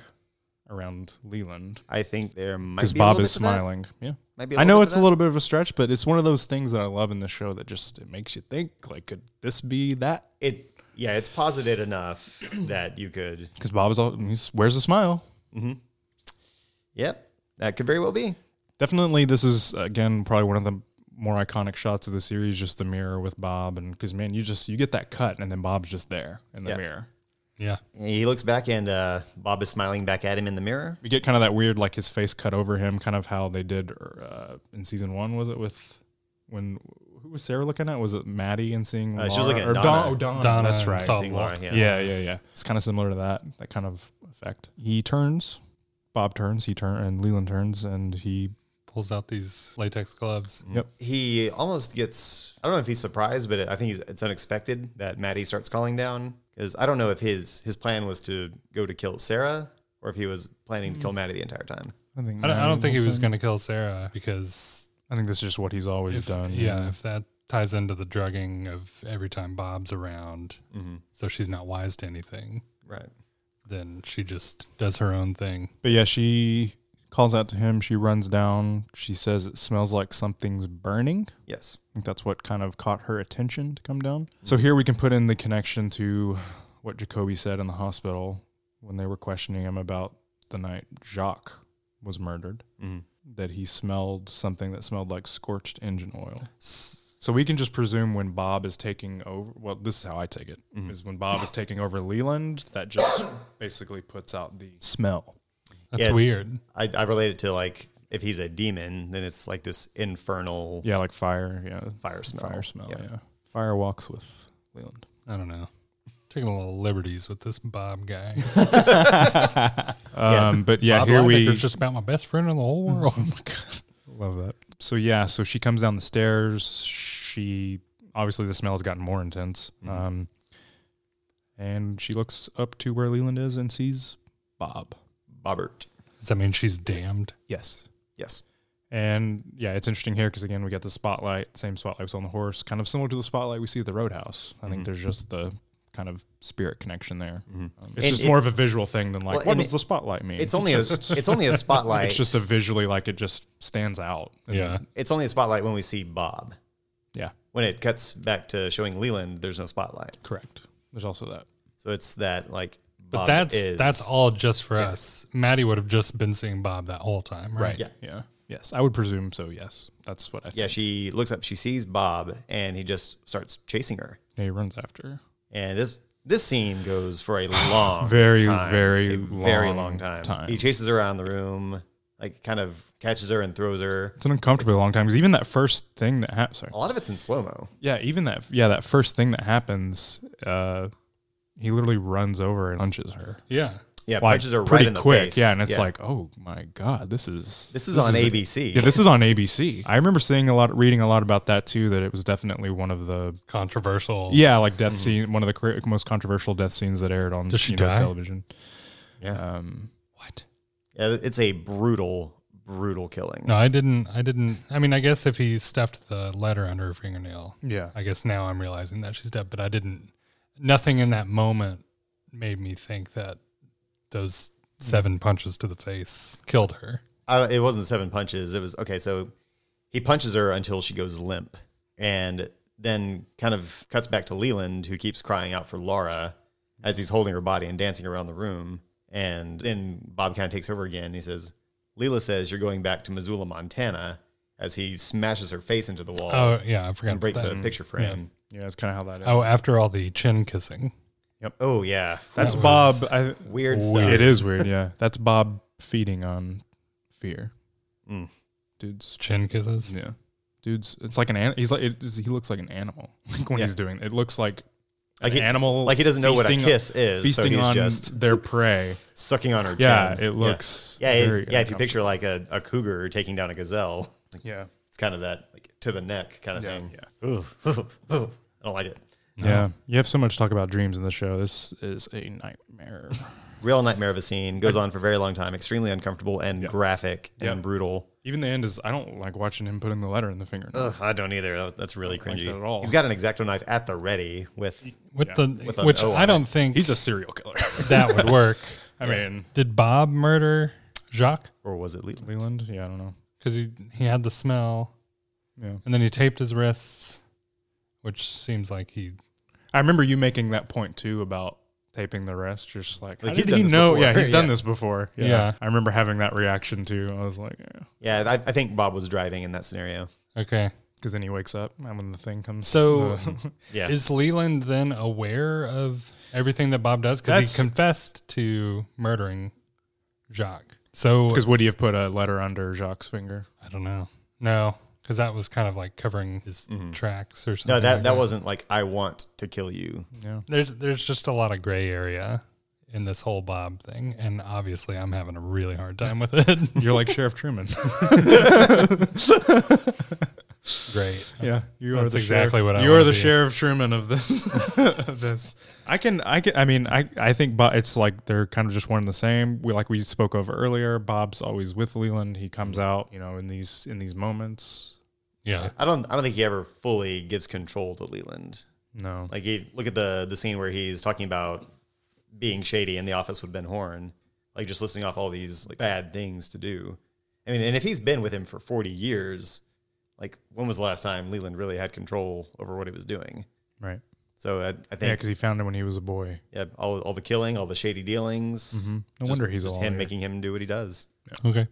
C: around Leland
B: I think there might
C: because
B: be a
C: Bob
B: little
C: is
B: bit of that.
C: smiling. Yeah,
B: Might be a
C: I
B: little
C: know
B: bit
C: it's
B: of
C: a
B: that.
C: little bit of a stretch, but it's one of those things that I love in the show that just it makes you think. Like, could this be that?
B: It yeah, it's posited enough that you could.
C: Because Bob is all he's wears a smile.
B: Yep, that could very well be.
C: Definitely, this is again probably one of the more iconic shots of the series. Just the mirror with Bob, and because man, you just you get that cut, and then Bob's just there in the
B: Yeah.
C: mirror.
D: Yeah.
B: He looks back, and uh, Bob is smiling back at him in the mirror.
C: we get kind of that weird like his face cut over him kind of how they did uh, in season one was it with when who was sarah looking at was it maddie and seeing
B: Uh, she was
C: Laura?
B: looking at
C: or
B: Donna.
C: Don, oh, Donna.
D: Donna
C: that's
D: and
C: right
D: Saul.
B: Seeing Laura, yeah.
C: yeah yeah yeah it's kind of similar to that that kind of effect he turns bob turns he turns and leland turns and he
D: Pulls out these latex gloves.
C: yep
B: He almost gets. I don't know if he's surprised, but I think he's, it's unexpected that Maddie starts calling down because I don't know if his his plan was to go to kill Sarah or if he was planning to kill Maddie the entire time.
C: i think
D: I don't, I
C: Maddie
D: don't think he
C: will
D: was
C: turn.
D: going to kill Sarah because
C: i think this is just what he's always
D: if,
C: done
D: yeah, if that ties into the drugging of every time Bob's around,
C: Mm-hmm.
D: so she's not wise to anything,
B: Right.
D: then she just does her own thing.
C: But yeah, she calls out to him. She runs down. She says it smells like something's burning.
B: Yes.
C: I think that's what kind of caught her attention to come down. So here we can put in the connection to what Jacoby said in the hospital when they were questioning him about the night Jacques was murdered, that he smelled something that smelled like scorched engine oil. So we can just presume when Bob is taking over. Well, this is how I take it: is when Bob is taking over Leland, that just basically puts out the smell.
D: That's
B: Yeah, it's-
D: weird.
B: I, I relate it to like if he's a demon, then it's like this infernal.
C: Yeah, like fire. Yeah,
B: Fire smell.
C: Fire smell. Yeah,
B: Yeah.
C: fire walks with Leland.
D: I don't know. Taking a little liberties with this Bob guy.
C: Um, But yeah,
D: Bob
C: here we
D: Linebecker's just about my best friend in the whole world.
C: love that. So yeah, so she comes down the stairs. She obviously the smell has gotten more intense. Um, and she looks up to where Leland is and sees Bob.
B: Bobbert.
D: Does that mean she's damned?
C: Yes.
B: Yes.
C: And yeah, it's interesting here because again, we got the spotlight, same spotlight was on the horse, kind of similar to the spotlight we see at the Roadhouse. I think there's just the kind of spirit connection there. Um,
B: And
C: it's just
B: it-
C: more of a visual thing than like
B: Well,
C: what
B: and
C: does
B: it-
C: the spotlight mean?
B: It's only a it's only a spotlight.
C: it's just a visually like it just stands out. And
D: Yeah.
B: it's only a spotlight when we see Bob.
C: yeah,
B: When it cuts back to showing Leland, there's no spotlight.
C: correct. There's also that.
B: So it's that like.
D: But
B: Bob
D: that's
B: is-
D: that's all just for us. Maddie would have just been seeing Bob that whole time, right?
C: Yeah. Yeah. Yes, I would presume so. Yes, that's what I. Think.
B: Yeah, she looks up. She sees Bob, and he just starts chasing her.
C: Yeah, he runs after. her.
B: And this this scene goes for a long,
C: Very,
B: time,
C: very
B: a very
C: long
B: long time.
C: time.
B: He chases her around the room, like kind of catches her and throws her.
C: It's an uncomfortably long time because even that first thing that happened. Sorry.
B: A lot of it's in slow mo.
C: Yeah, even that. Yeah, that first thing that happens, uh, he literally runs over and punches her.
D: Yeah.
B: Yeah,
C: Like,
B: punches her right
C: pretty
B: in the
C: quick.
B: face.
C: Yeah, and it's like, oh my god, this is
B: This is on ABC.
C: Yeah, this is on ABC. I remember seeing a lot, reading a lot about that too. That it was definitely one of the
D: Controversial.
C: yeah, like
B: Mm-hmm.
C: death scene, one of the cra- most controversial death scenes that aired on
D: Does she
C: you know,
D: die?
C: television.
B: Yeah.
C: Um, what?
B: Yeah, it's a brutal, brutal killing.
D: No, I didn't. I didn't. I mean, I guess if he stuffed the letter under her fingernail,
C: Yeah,
D: I guess now I'm realizing that she's dead. But I didn't. Nothing in that moment made me think that those seven punches to the face killed her.
B: I, it wasn't seven punches. It was okay. So he punches her until she goes limp, and then kind of cuts back to Leland, who keeps crying out for Laura as he's holding her body and dancing around the room. And then Bob kind of takes over again. He says, "Leela says you're going back to Missoula, Montana," as he smashes her face into the wall
D: Oh yeah, I forgot.
B: and
D: about
B: breaks
D: that.
B: a picture frame.
C: yeah, that's kind of how that is.
D: Oh, after all the chin kissing.
B: Oh yeah,
C: that's
D: that
C: Bob.
D: was
C: I,
B: weird
D: Weird.
B: stuff.
C: It is weird. Yeah, that's Bob feeding on fear.
B: Mm.
C: Dude's
D: Chin kisses.
C: Yeah, dude's. It's like an. an he's like. It, is- he looks like an animal. Like when
B: Yeah.
C: he's doing. It looks like
B: Like
C: an
B: he-
C: animal.
B: like he doesn't know what a
C: feasting-
B: kiss is, so
C: Feasting
B: he's
C: on
B: just-
C: their prey.
B: Sucking on her.
C: Yeah,
B: chin.
C: it looks
B: Yeah, yeah.
C: very
B: it- yeah if you picture like a, a cougar taking down a gazelle,
C: Yeah.
B: it's kind of that like to the neck kind of thing.
C: Yeah.
B: I don't like it.
C: Yeah. You have so much talk about dreams in the show. This is a nightmare.
B: Real nightmare of a scene goes on for a very long time. Extremely uncomfortable and graphic
C: Yeah.
B: and brutal.
C: Even the end is. I don't like watching him putting the letter in the finger.
B: Ugh, I don't either. That- That's really
C: like
B: cringy.
C: that at all.
B: He's got an exacto knife at the ready with.
D: With
C: Yeah.
D: the
B: With an
D: which
B: O
D: I
B: on
D: don't think
C: He's a serial killer.
D: that would work.
C: I mean,
D: Did Bob murder Jacques?
B: Or was it Leland?
C: Leland. Yeah, I don't know.
D: Because he he had the smell.
C: Yeah.
D: And then he taped his wrists, which seems like he.
C: I remember you making that point too about taping the rest. You're just like,
B: Like,
C: how
B: he's
C: did
B: done
C: he
B: this
C: know?
B: before.
C: Yeah, he's done
B: Yeah.
C: this before. Yeah.
D: Yeah.
C: I remember having that reaction too. I was like, because
B: Yeah, I, I think Bob was driving in that scenario.
D: Okay.
C: then he wakes up and when the thing comes.
D: So-
C: the-
B: Yeah.
D: Is Leland then aware of everything that Bob does? Because
C: That's-
D: he confessed to murdering Jacques. So
C: because would he have put a letter under Jacques' finger?
D: I don't know. No, because that was kind of like covering his tracks or something.
B: no, that,
D: like
B: that wasn't like, I want to kill you.
D: There's there's just a lot of gray area in this whole Bob thing, and obviously I'm having a really hard time with it.
C: You're like Sheriff Truman.
D: Great.
C: yeah, you
D: That's
C: the
D: exactly
C: sheriff-
D: what I
C: you
D: wanna
C: are the
D: be.
C: Sheriff Truman of this. of this, I can, I can, I mean, I, I think, but it's like they're kind of just one and the same. We like we spoke of earlier. Bob's always with Leland. He
D: Mm.
C: comes out, you know, in these in these moments.
D: Yeah.
B: I don't, I don't think he ever fully gives control to Leland.
C: No,
B: Like he look at the the scene where he's talking about being shady in the office with Ben Horn, like just listing off all these like bad things to do. I mean, and if he's been with him for forty years, like when was the last time Leland really had control over what he was doing?
C: right.
B: So I, I
C: Yeah,
B: think
C: because he found him when he was a boy.
B: yeah, all all the killing, all the shady dealings,
C: Mm-hmm. No wonder he's
B: Hmm. just
C: all
B: him
C: here.
B: making him do what he does.
D: Okay.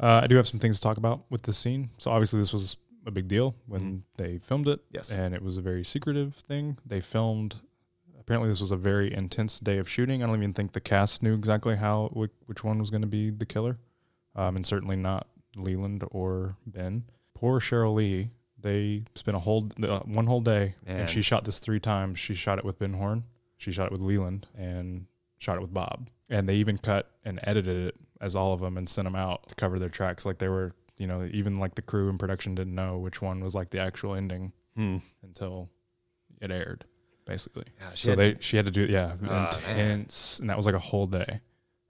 C: Uh, I do have some things to talk about with this scene. So obviously, this was a big deal when they filmed it.
B: Hmm. Yes.
C: and it was a very secretive thing. They filmed. Apparently, this was a very intense day of shooting. I don't even think the cast knew exactly how whi- which one was going to be the killer, um, and certainly not Leland or Ben. Poor Cheryl Lee. They spent a whole uh, one whole day,
B: Man.
C: and she shot this three times. She shot it with Ben Horn. She shot it with Leland and shot it with Bob. And they even cut and edited it as all of them and sent them out to cover their tracks. Like they were, you know, even like the crew and production didn't know which one was like the actual ending until it aired, basically. so
B: had
C: they she had to do yeah intense, and that was like a whole day.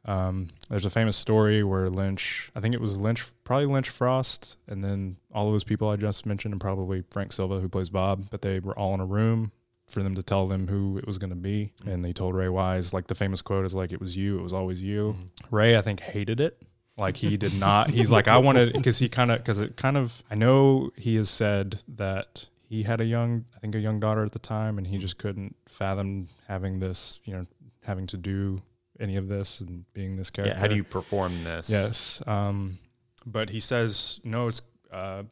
C: Um, there's a famous story where Lynch, I think it was Lynch, probably Lynch Frost, and then all those people I just mentioned, and probably Frank Silva who plays Bob, but they were all in a room for them to tell them who it was going to be, and they told Ray Wise like the famous quote is like it was you, it was always you. Ray, I think, hated it. Like he did not. He's like I wanted because he kind of because it kind of. I know he has said that he had a young, I think a young daughter at the time, and he just couldn't fathom having this, you know, having to do any of this and being this character.
B: Yeah, how do you perform this?
C: Yes. Um, but he says no. It's uh, I'm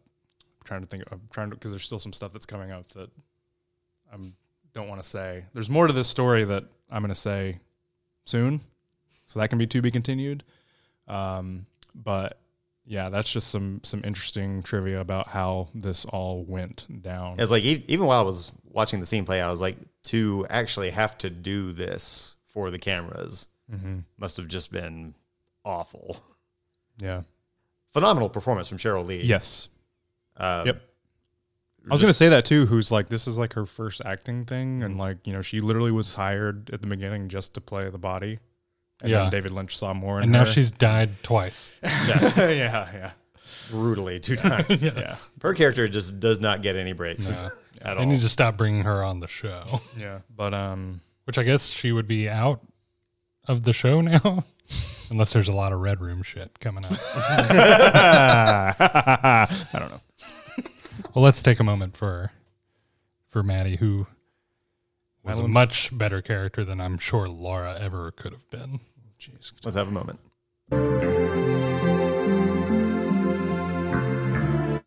C: trying to think. I'm trying to because there's still some stuff that's coming up that I don't want to say. There's more to this story that I'm going to say soon, so that can be to be continued. Um, but yeah, that's just some some interesting trivia about how this all went down.
B: It's like e- even while I was watching the scene play, I was like, to actually have to do this for the cameras
C: Mm-hmm.
B: must have just been awful.
C: yeah.
B: Phenomenal performance from Cheryl Lee.
C: Yes.
B: Uh,
C: Yep. I was going to say that too. Who's like this is like her first acting thing,
D: Mm-hmm.
C: and like you know she literally was hired at the beginning just to play the body, and
D: Yeah.
C: then David Lynch saw more. In
D: And now
C: her.
D: she's died twice.
C: yeah yeah
B: brutally two times.
D: Yes.
B: Her character just does not get any breaks at
D: They
B: all.
D: need to stop bringing her on the show,
C: yeah yeah. But um
D: which I guess she would be out of the show now, unless there's a lot of Red Room shit coming up.
C: I don't know.
D: Well, let's take a moment for for Maddie, who was a
C: Madeline's-
D: much better character than I'm sure Laura ever could have been. Jeez.
B: Let's have a moment.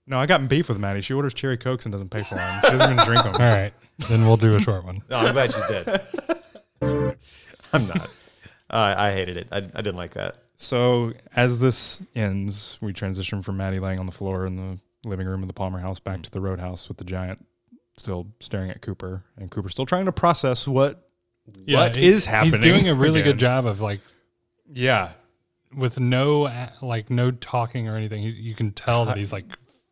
C: No, I got in beef with Maddie. She orders cherry cokes and doesn't pay for them. She doesn't even drink them.
D: All right, then we'll do a short one.
B: No, Oh, I'm glad she's dead. I'm not. Uh, I hated it. I, I didn't like that.
C: So as this ends, we transition from Maddie laying on the floor in the living room of the Palmer house
D: Mm.
C: back to the roadhouse with the giant still staring at Cooper and Cooper still trying to process what What
D: he-
C: is
D: He's
C: happening
D: doing a really
C: again?
D: good job of like
C: yeah
D: with no a- like no talking or anything. You, you can tell that he's like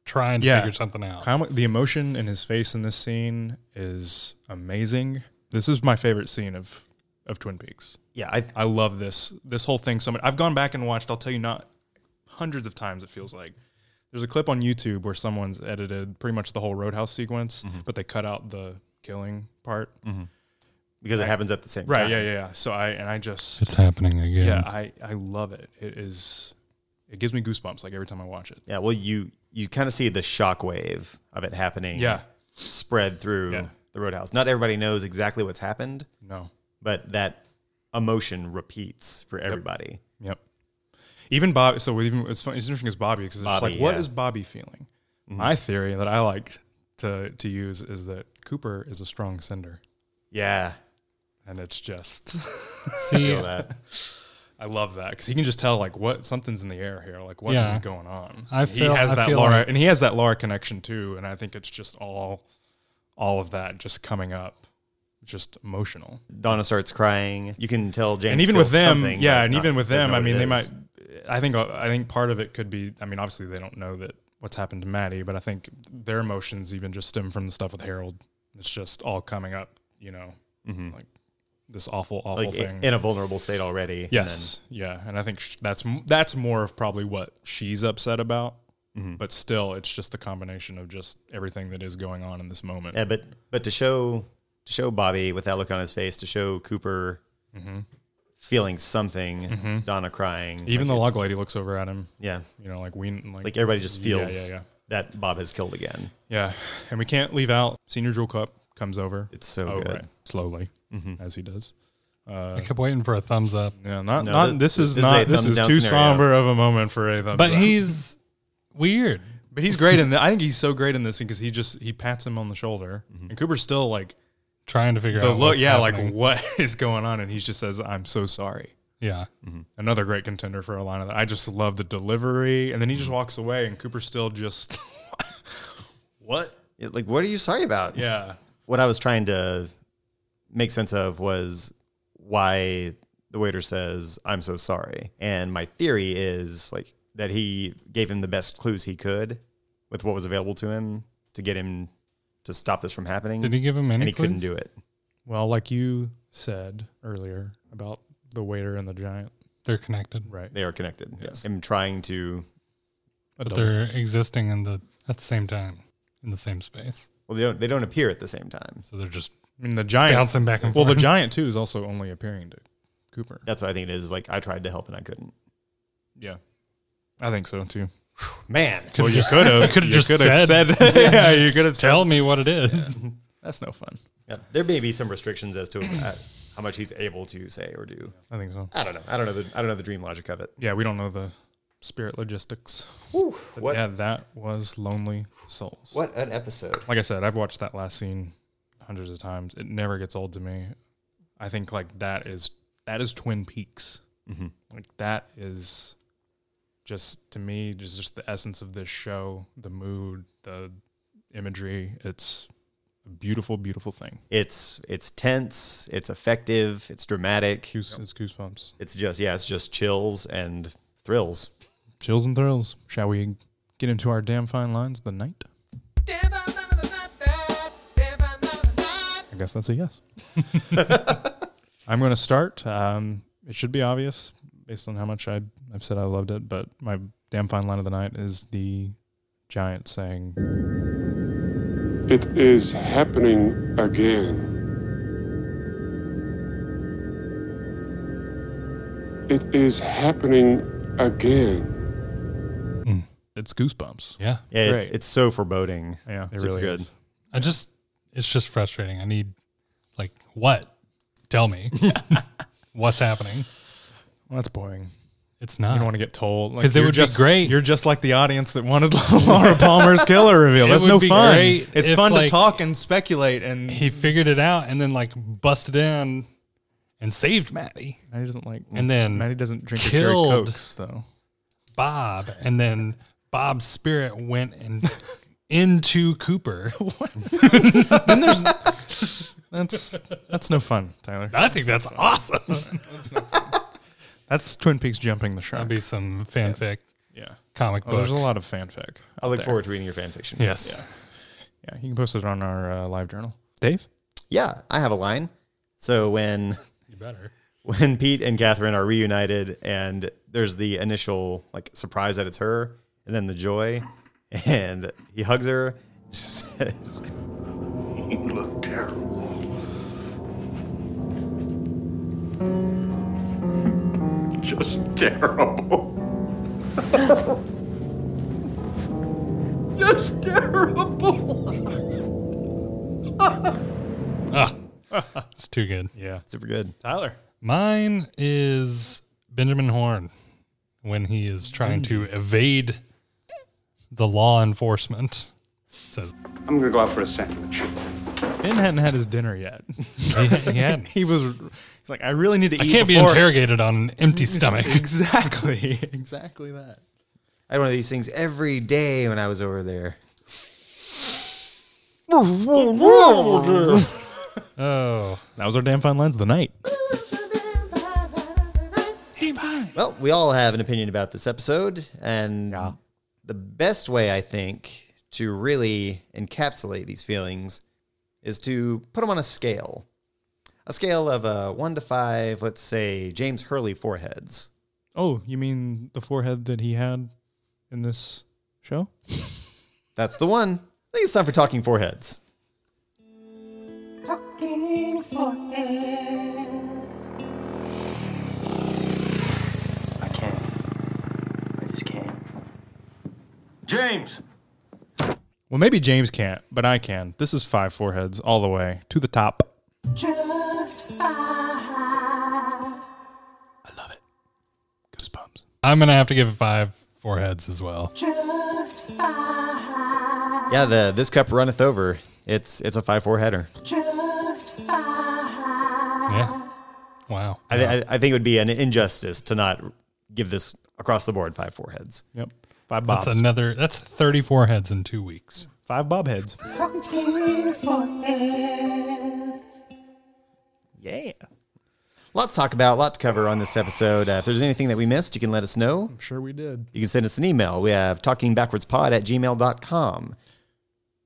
D: trying to
C: Yeah.
D: figure something out.
C: How mu- the emotion in his face in this scene is amazing. This is my favorite scene of of Twin Peaks.
B: Yeah, I,
C: I love this this whole thing so much. I've gone back and watched. I'll tell you not hundreds of times. It feels like there's a clip on YouTube where someone's edited pretty much the whole Roadhouse sequence, but they cut out the killing part.
B: because it happens at the same
C: Right?
B: time.
C: Yeah, yeah, yeah. So I and I just
D: It's happening again.
C: yeah, I I love it. It is. It gives me goosebumps like every time I watch it.
B: Yeah, well, you you kind of see the shockwave of it happening.
C: Yeah.
B: spread through
C: Yeah.
B: the roadhouse. Not everybody knows exactly what's happened,
C: No.
B: but that emotion repeats for everybody.
C: Yep. Even Bob. So we even it's, funny, it's interesting as Bobby because it's just
B: Bobby,
C: like, what is
B: yeah.
C: Bobby feeling? My theory that I like to to use is that Cooper is a strong sender,
B: Yeah,
C: and it's just
D: See,
B: feel that.
C: I love that because he can just tell like what something's in the air here, like what is
D: Yeah.
C: going on.
D: I
C: And
D: feel-
C: he has
D: I
C: that
D: feel
C: Laura,
D: like-
C: and he has that Laura connection too, and I think it's just all all of that just coming up, just emotional.
B: Donna starts crying. You can tell James.
C: and even
B: feels
C: with them,
B: something,
C: yeah,
B: but
C: and
B: not-
C: even with
B: doesn't
C: them,
B: know
C: I
B: what
C: mean,
B: it
C: they
B: is.
C: might. I think uh, I think part of it could be. I mean, obviously they don't know that what's happened to Maddie, but I think their emotions even just stem from the stuff with Harold. It's just all coming up, you know, like this awful,
B: Mm-hmm.
C: awful
B: like
C: thing.
B: i- in a vulnerable state already. and
C: yes, yeah, and I think sh- that's m- that's more of probably what she's upset about.
B: Mm-hmm.
C: But still, it's just the combination of just everything that is going on in this moment.
B: then- yeah, but but to show to show Bobby with that look on his face, to show Cooper
C: Mm-hmm.
B: feeling something, Donna crying,
C: even
B: like
C: the
B: it's-
C: log lady looks over at him.
B: Yeah,
C: You know, like we like,
B: like everybody just
C: Yeah,
B: feels
C: yeah, yeah.
B: that Bob has killed again.
C: Yeah, and we can't leave out Senior Jewel Cup comes over. Oh,
B: It's so good. Mm-hmm.
C: slowly as he does.
D: I kept waiting for a thumbs up,
C: Yeah, not
B: No,
C: not.
B: th-
C: This,
B: th-
C: is
B: this is a
C: not. this
B: thumbs
C: is
B: down
C: too
B: scenario.
C: somber of a moment for a thumbs.
D: but
C: up.
D: he's weird.
C: but he's great in. The, I think he's so great in this because he just he pats him on the shoulder,
B: Mm-hmm.
C: and Cooper's still like
D: Trying to figure
C: the
D: out
C: look.
D: what's
C: Yeah, like
D: happening.
C: what is going on, and he just says, "I'm so sorry."
D: yeah.
C: Mm-hmm. Another great contender for a line of that. I just love the delivery, and then he just walks away, and Cooper's still just
B: What? Like, what are you sorry about?
C: yeah.
B: What I was trying to make sense of was why the waiter says, I'm so sorry. And my theory is like that he gave him the best clues he could with what was available to him to get him to stop this from happening.
D: Did he give him any
B: And he couldn't
D: clues?
B: do it.
C: Well, like you said earlier about the waiter and the giant,
D: They're connected,
C: right?
B: They are connected. Yes. Him trying to
D: but they're existing in the at the same time in the same space.
B: well they don't they don't appear at the same time.
D: So they're just
C: I mean, the giant
D: Bouncing back and
C: well,
D: forth.
C: the giant too is also only appearing to Cooper.
B: That's what I think it is. Like I tried to help and I couldn't.
C: Yeah, I think so too.
B: Man.
C: well, you could have.
D: could've
C: you
D: just
C: could've
D: said.
C: yeah, you could have.
D: tell me what it is.
C: That's no fun.
B: Yeah. There may be some restrictions as to uh, how much he's able to say or do.
C: I think so.
B: I don't know. I don't know the I don't know the dream logic of it.
C: Yeah, we don't know the spirit logistics. But
B: What
C: Yeah, that was Lonely Souls.
B: what an episode.
C: Like I said, I've watched that last scene hundreds of times. It never gets old to me. I think like that is that is Twin Peaks. Like that is just to me just just the essence of this show, the mood, the imagery. It's a beautiful, beautiful thing.
B: It's it's tense, it's effective, it's dramatic.
C: Goose, It's goosebumps,
B: It's just yeah, it's just chills and thrills.
C: chills and thrills. Shall we get into our damn fine lines of the night? I guess that's a yes. I'm going to start. Um, it should be obvious based on how much I, I've said I loved it, but my damn fine line of the night is the giant saying,
I: It is happening again. It is happening again.
C: "It's goosebumps."
D: Yeah,
B: Yeah, it-
C: Great.
B: it's so foreboding.
C: Yeah, it
B: Super
C: really
B: good.
C: is.
D: I just it's just frustrating. I need like what? Tell me what's happening.
C: Well, that's boring.
D: It's
C: You
D: not.
C: don't want to get told
D: 'Cause it
C: you're
D: would be
C: just-
D: great.
C: You're just like the audience that wanted Laura Palmer's killer reveal.
D: It
C: That's
D: would
C: no
D: be
C: fun.
D: great
C: It's
D: if,
C: fun to
D: like,
C: talk and speculate, and
D: he figured it out and then like busted in and saved Maddie,
C: Maddie doesn't like.
D: and then
C: Maddie doesn't drink a cherry
D: killed-
C: cokes though.
D: Bob, and then Bob's spirit went and into Cooper.
C: Then there's that's that's no fun, Tyler.
D: I think that's awesome.
C: That's Twin Peaks jumping the
D: That'd
C: shark.
D: be some fanfic
C: yeah.
D: comic
C: Oh, there's a
D: book.
C: lot of fanfic.
B: I look forward to reading your fan fiction.
D: Yes.
C: Yeah, you can post it on our uh, live journal. Dave,
B: Yeah, I have a line. So when
D: You better.
B: when Pete and Catherine are reunited and there's the initial like surprise that it's her and then the joy and he hugs her says
E: You look terrible. Just terrible. Just terrible.
D: It's too good.
B: super good.
C: Tyler,
D: Mine is Benjamin Horn when he is trying to evade the law enforcement. Says
I: I'm gonna go out for a sandwich.
C: Ben hadn't had his dinner yet.
D: he, he had.
C: he was he's like, I really need to
D: I
C: eat.
D: can't be
C: before-
D: interrogated on an empty stomach.
C: Exactly, exactly that.
B: I had one of these things every day when I was over there.
D: Oh,
C: That was our damn fine lines of the night.
B: Well, we all have an opinion about this episode, and the best way I think to really encapsulate these feelings is to put them on a scale, a scale of a one to five. Let's say James Hurley foreheads.
C: Oh, you mean the forehead that he had in this show?
B: That's the one. I think it's time for talking foreheads.
J: I can't. I just can't. James!
C: Well, maybe James can't, but I can. This is five foreheads all the way to the top. I love it. Goosebumps.
D: I'm gonna have to give it five foreheads as well.
B: Yeah, the this cup runneth over. It's it's a five four header.
D: Yeah. Wow.
B: I, I, I think it would be an injustice to not give this across the board five foreheads.
C: Yep. Five bobs.
D: That's another. That's 30 foreheads in two weeks.
C: Five bob heads.
B: Yeah. Lot to talk about, a lot to cover on this episode. Uh, if there's anything that we missed, you can let us know.
C: I'm sure we did.
B: You can send us an email. We have talkingbackwardspod at gmail.com.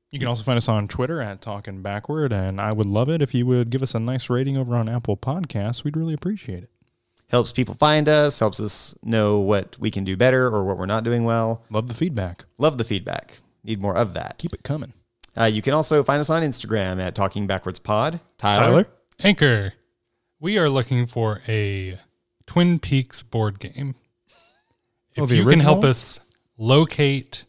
C: You can also find us on Twitter at Talking Backward, and I would love it if you would give us a nice rating over on Apple Podcasts. We'd really appreciate it.
B: Helps people find us, helps us know what we can do better or what we're not doing well.
C: Love the feedback.
B: Love the feedback. Need more of that.
C: Keep it coming.
B: Uh, you can also find us on Instagram at Talking Backwards Pod. Tyler,
D: Anchor, we are looking for a Twin Peaks board game. If
C: Oh, the
D: you can help
C: original?
D: us locate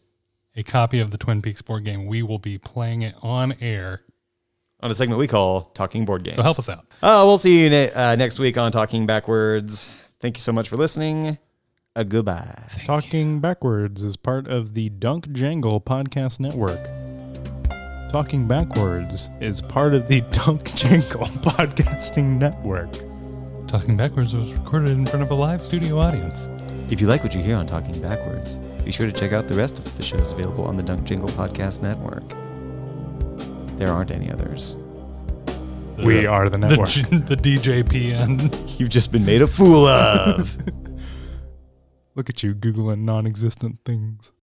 D: a copy of the Twin Peaks board game, we will be playing it on air.
B: on a segment we call Talking Board Games.
D: So help us out.
B: Uh, we'll see you ne- uh, next week on Talking Backwards. Thank you so much for listening. A goodbye.
C: Talking Backwards is part of the Dunk Jangle Podcast Network. Talking Backwards is part of the Dunk Jangle Podcasting Network.
D: Talking Backwards was recorded in front of a live studio audience.
B: If you like what you hear on Talking Backwards, be sure to check out the rest of the shows available on the Dunk Jingle Podcast Network. There aren't any others.
C: we are the network.
D: The, G- the DJPN.
B: You've just been made a fool of.
C: Look at you Googling non existent things.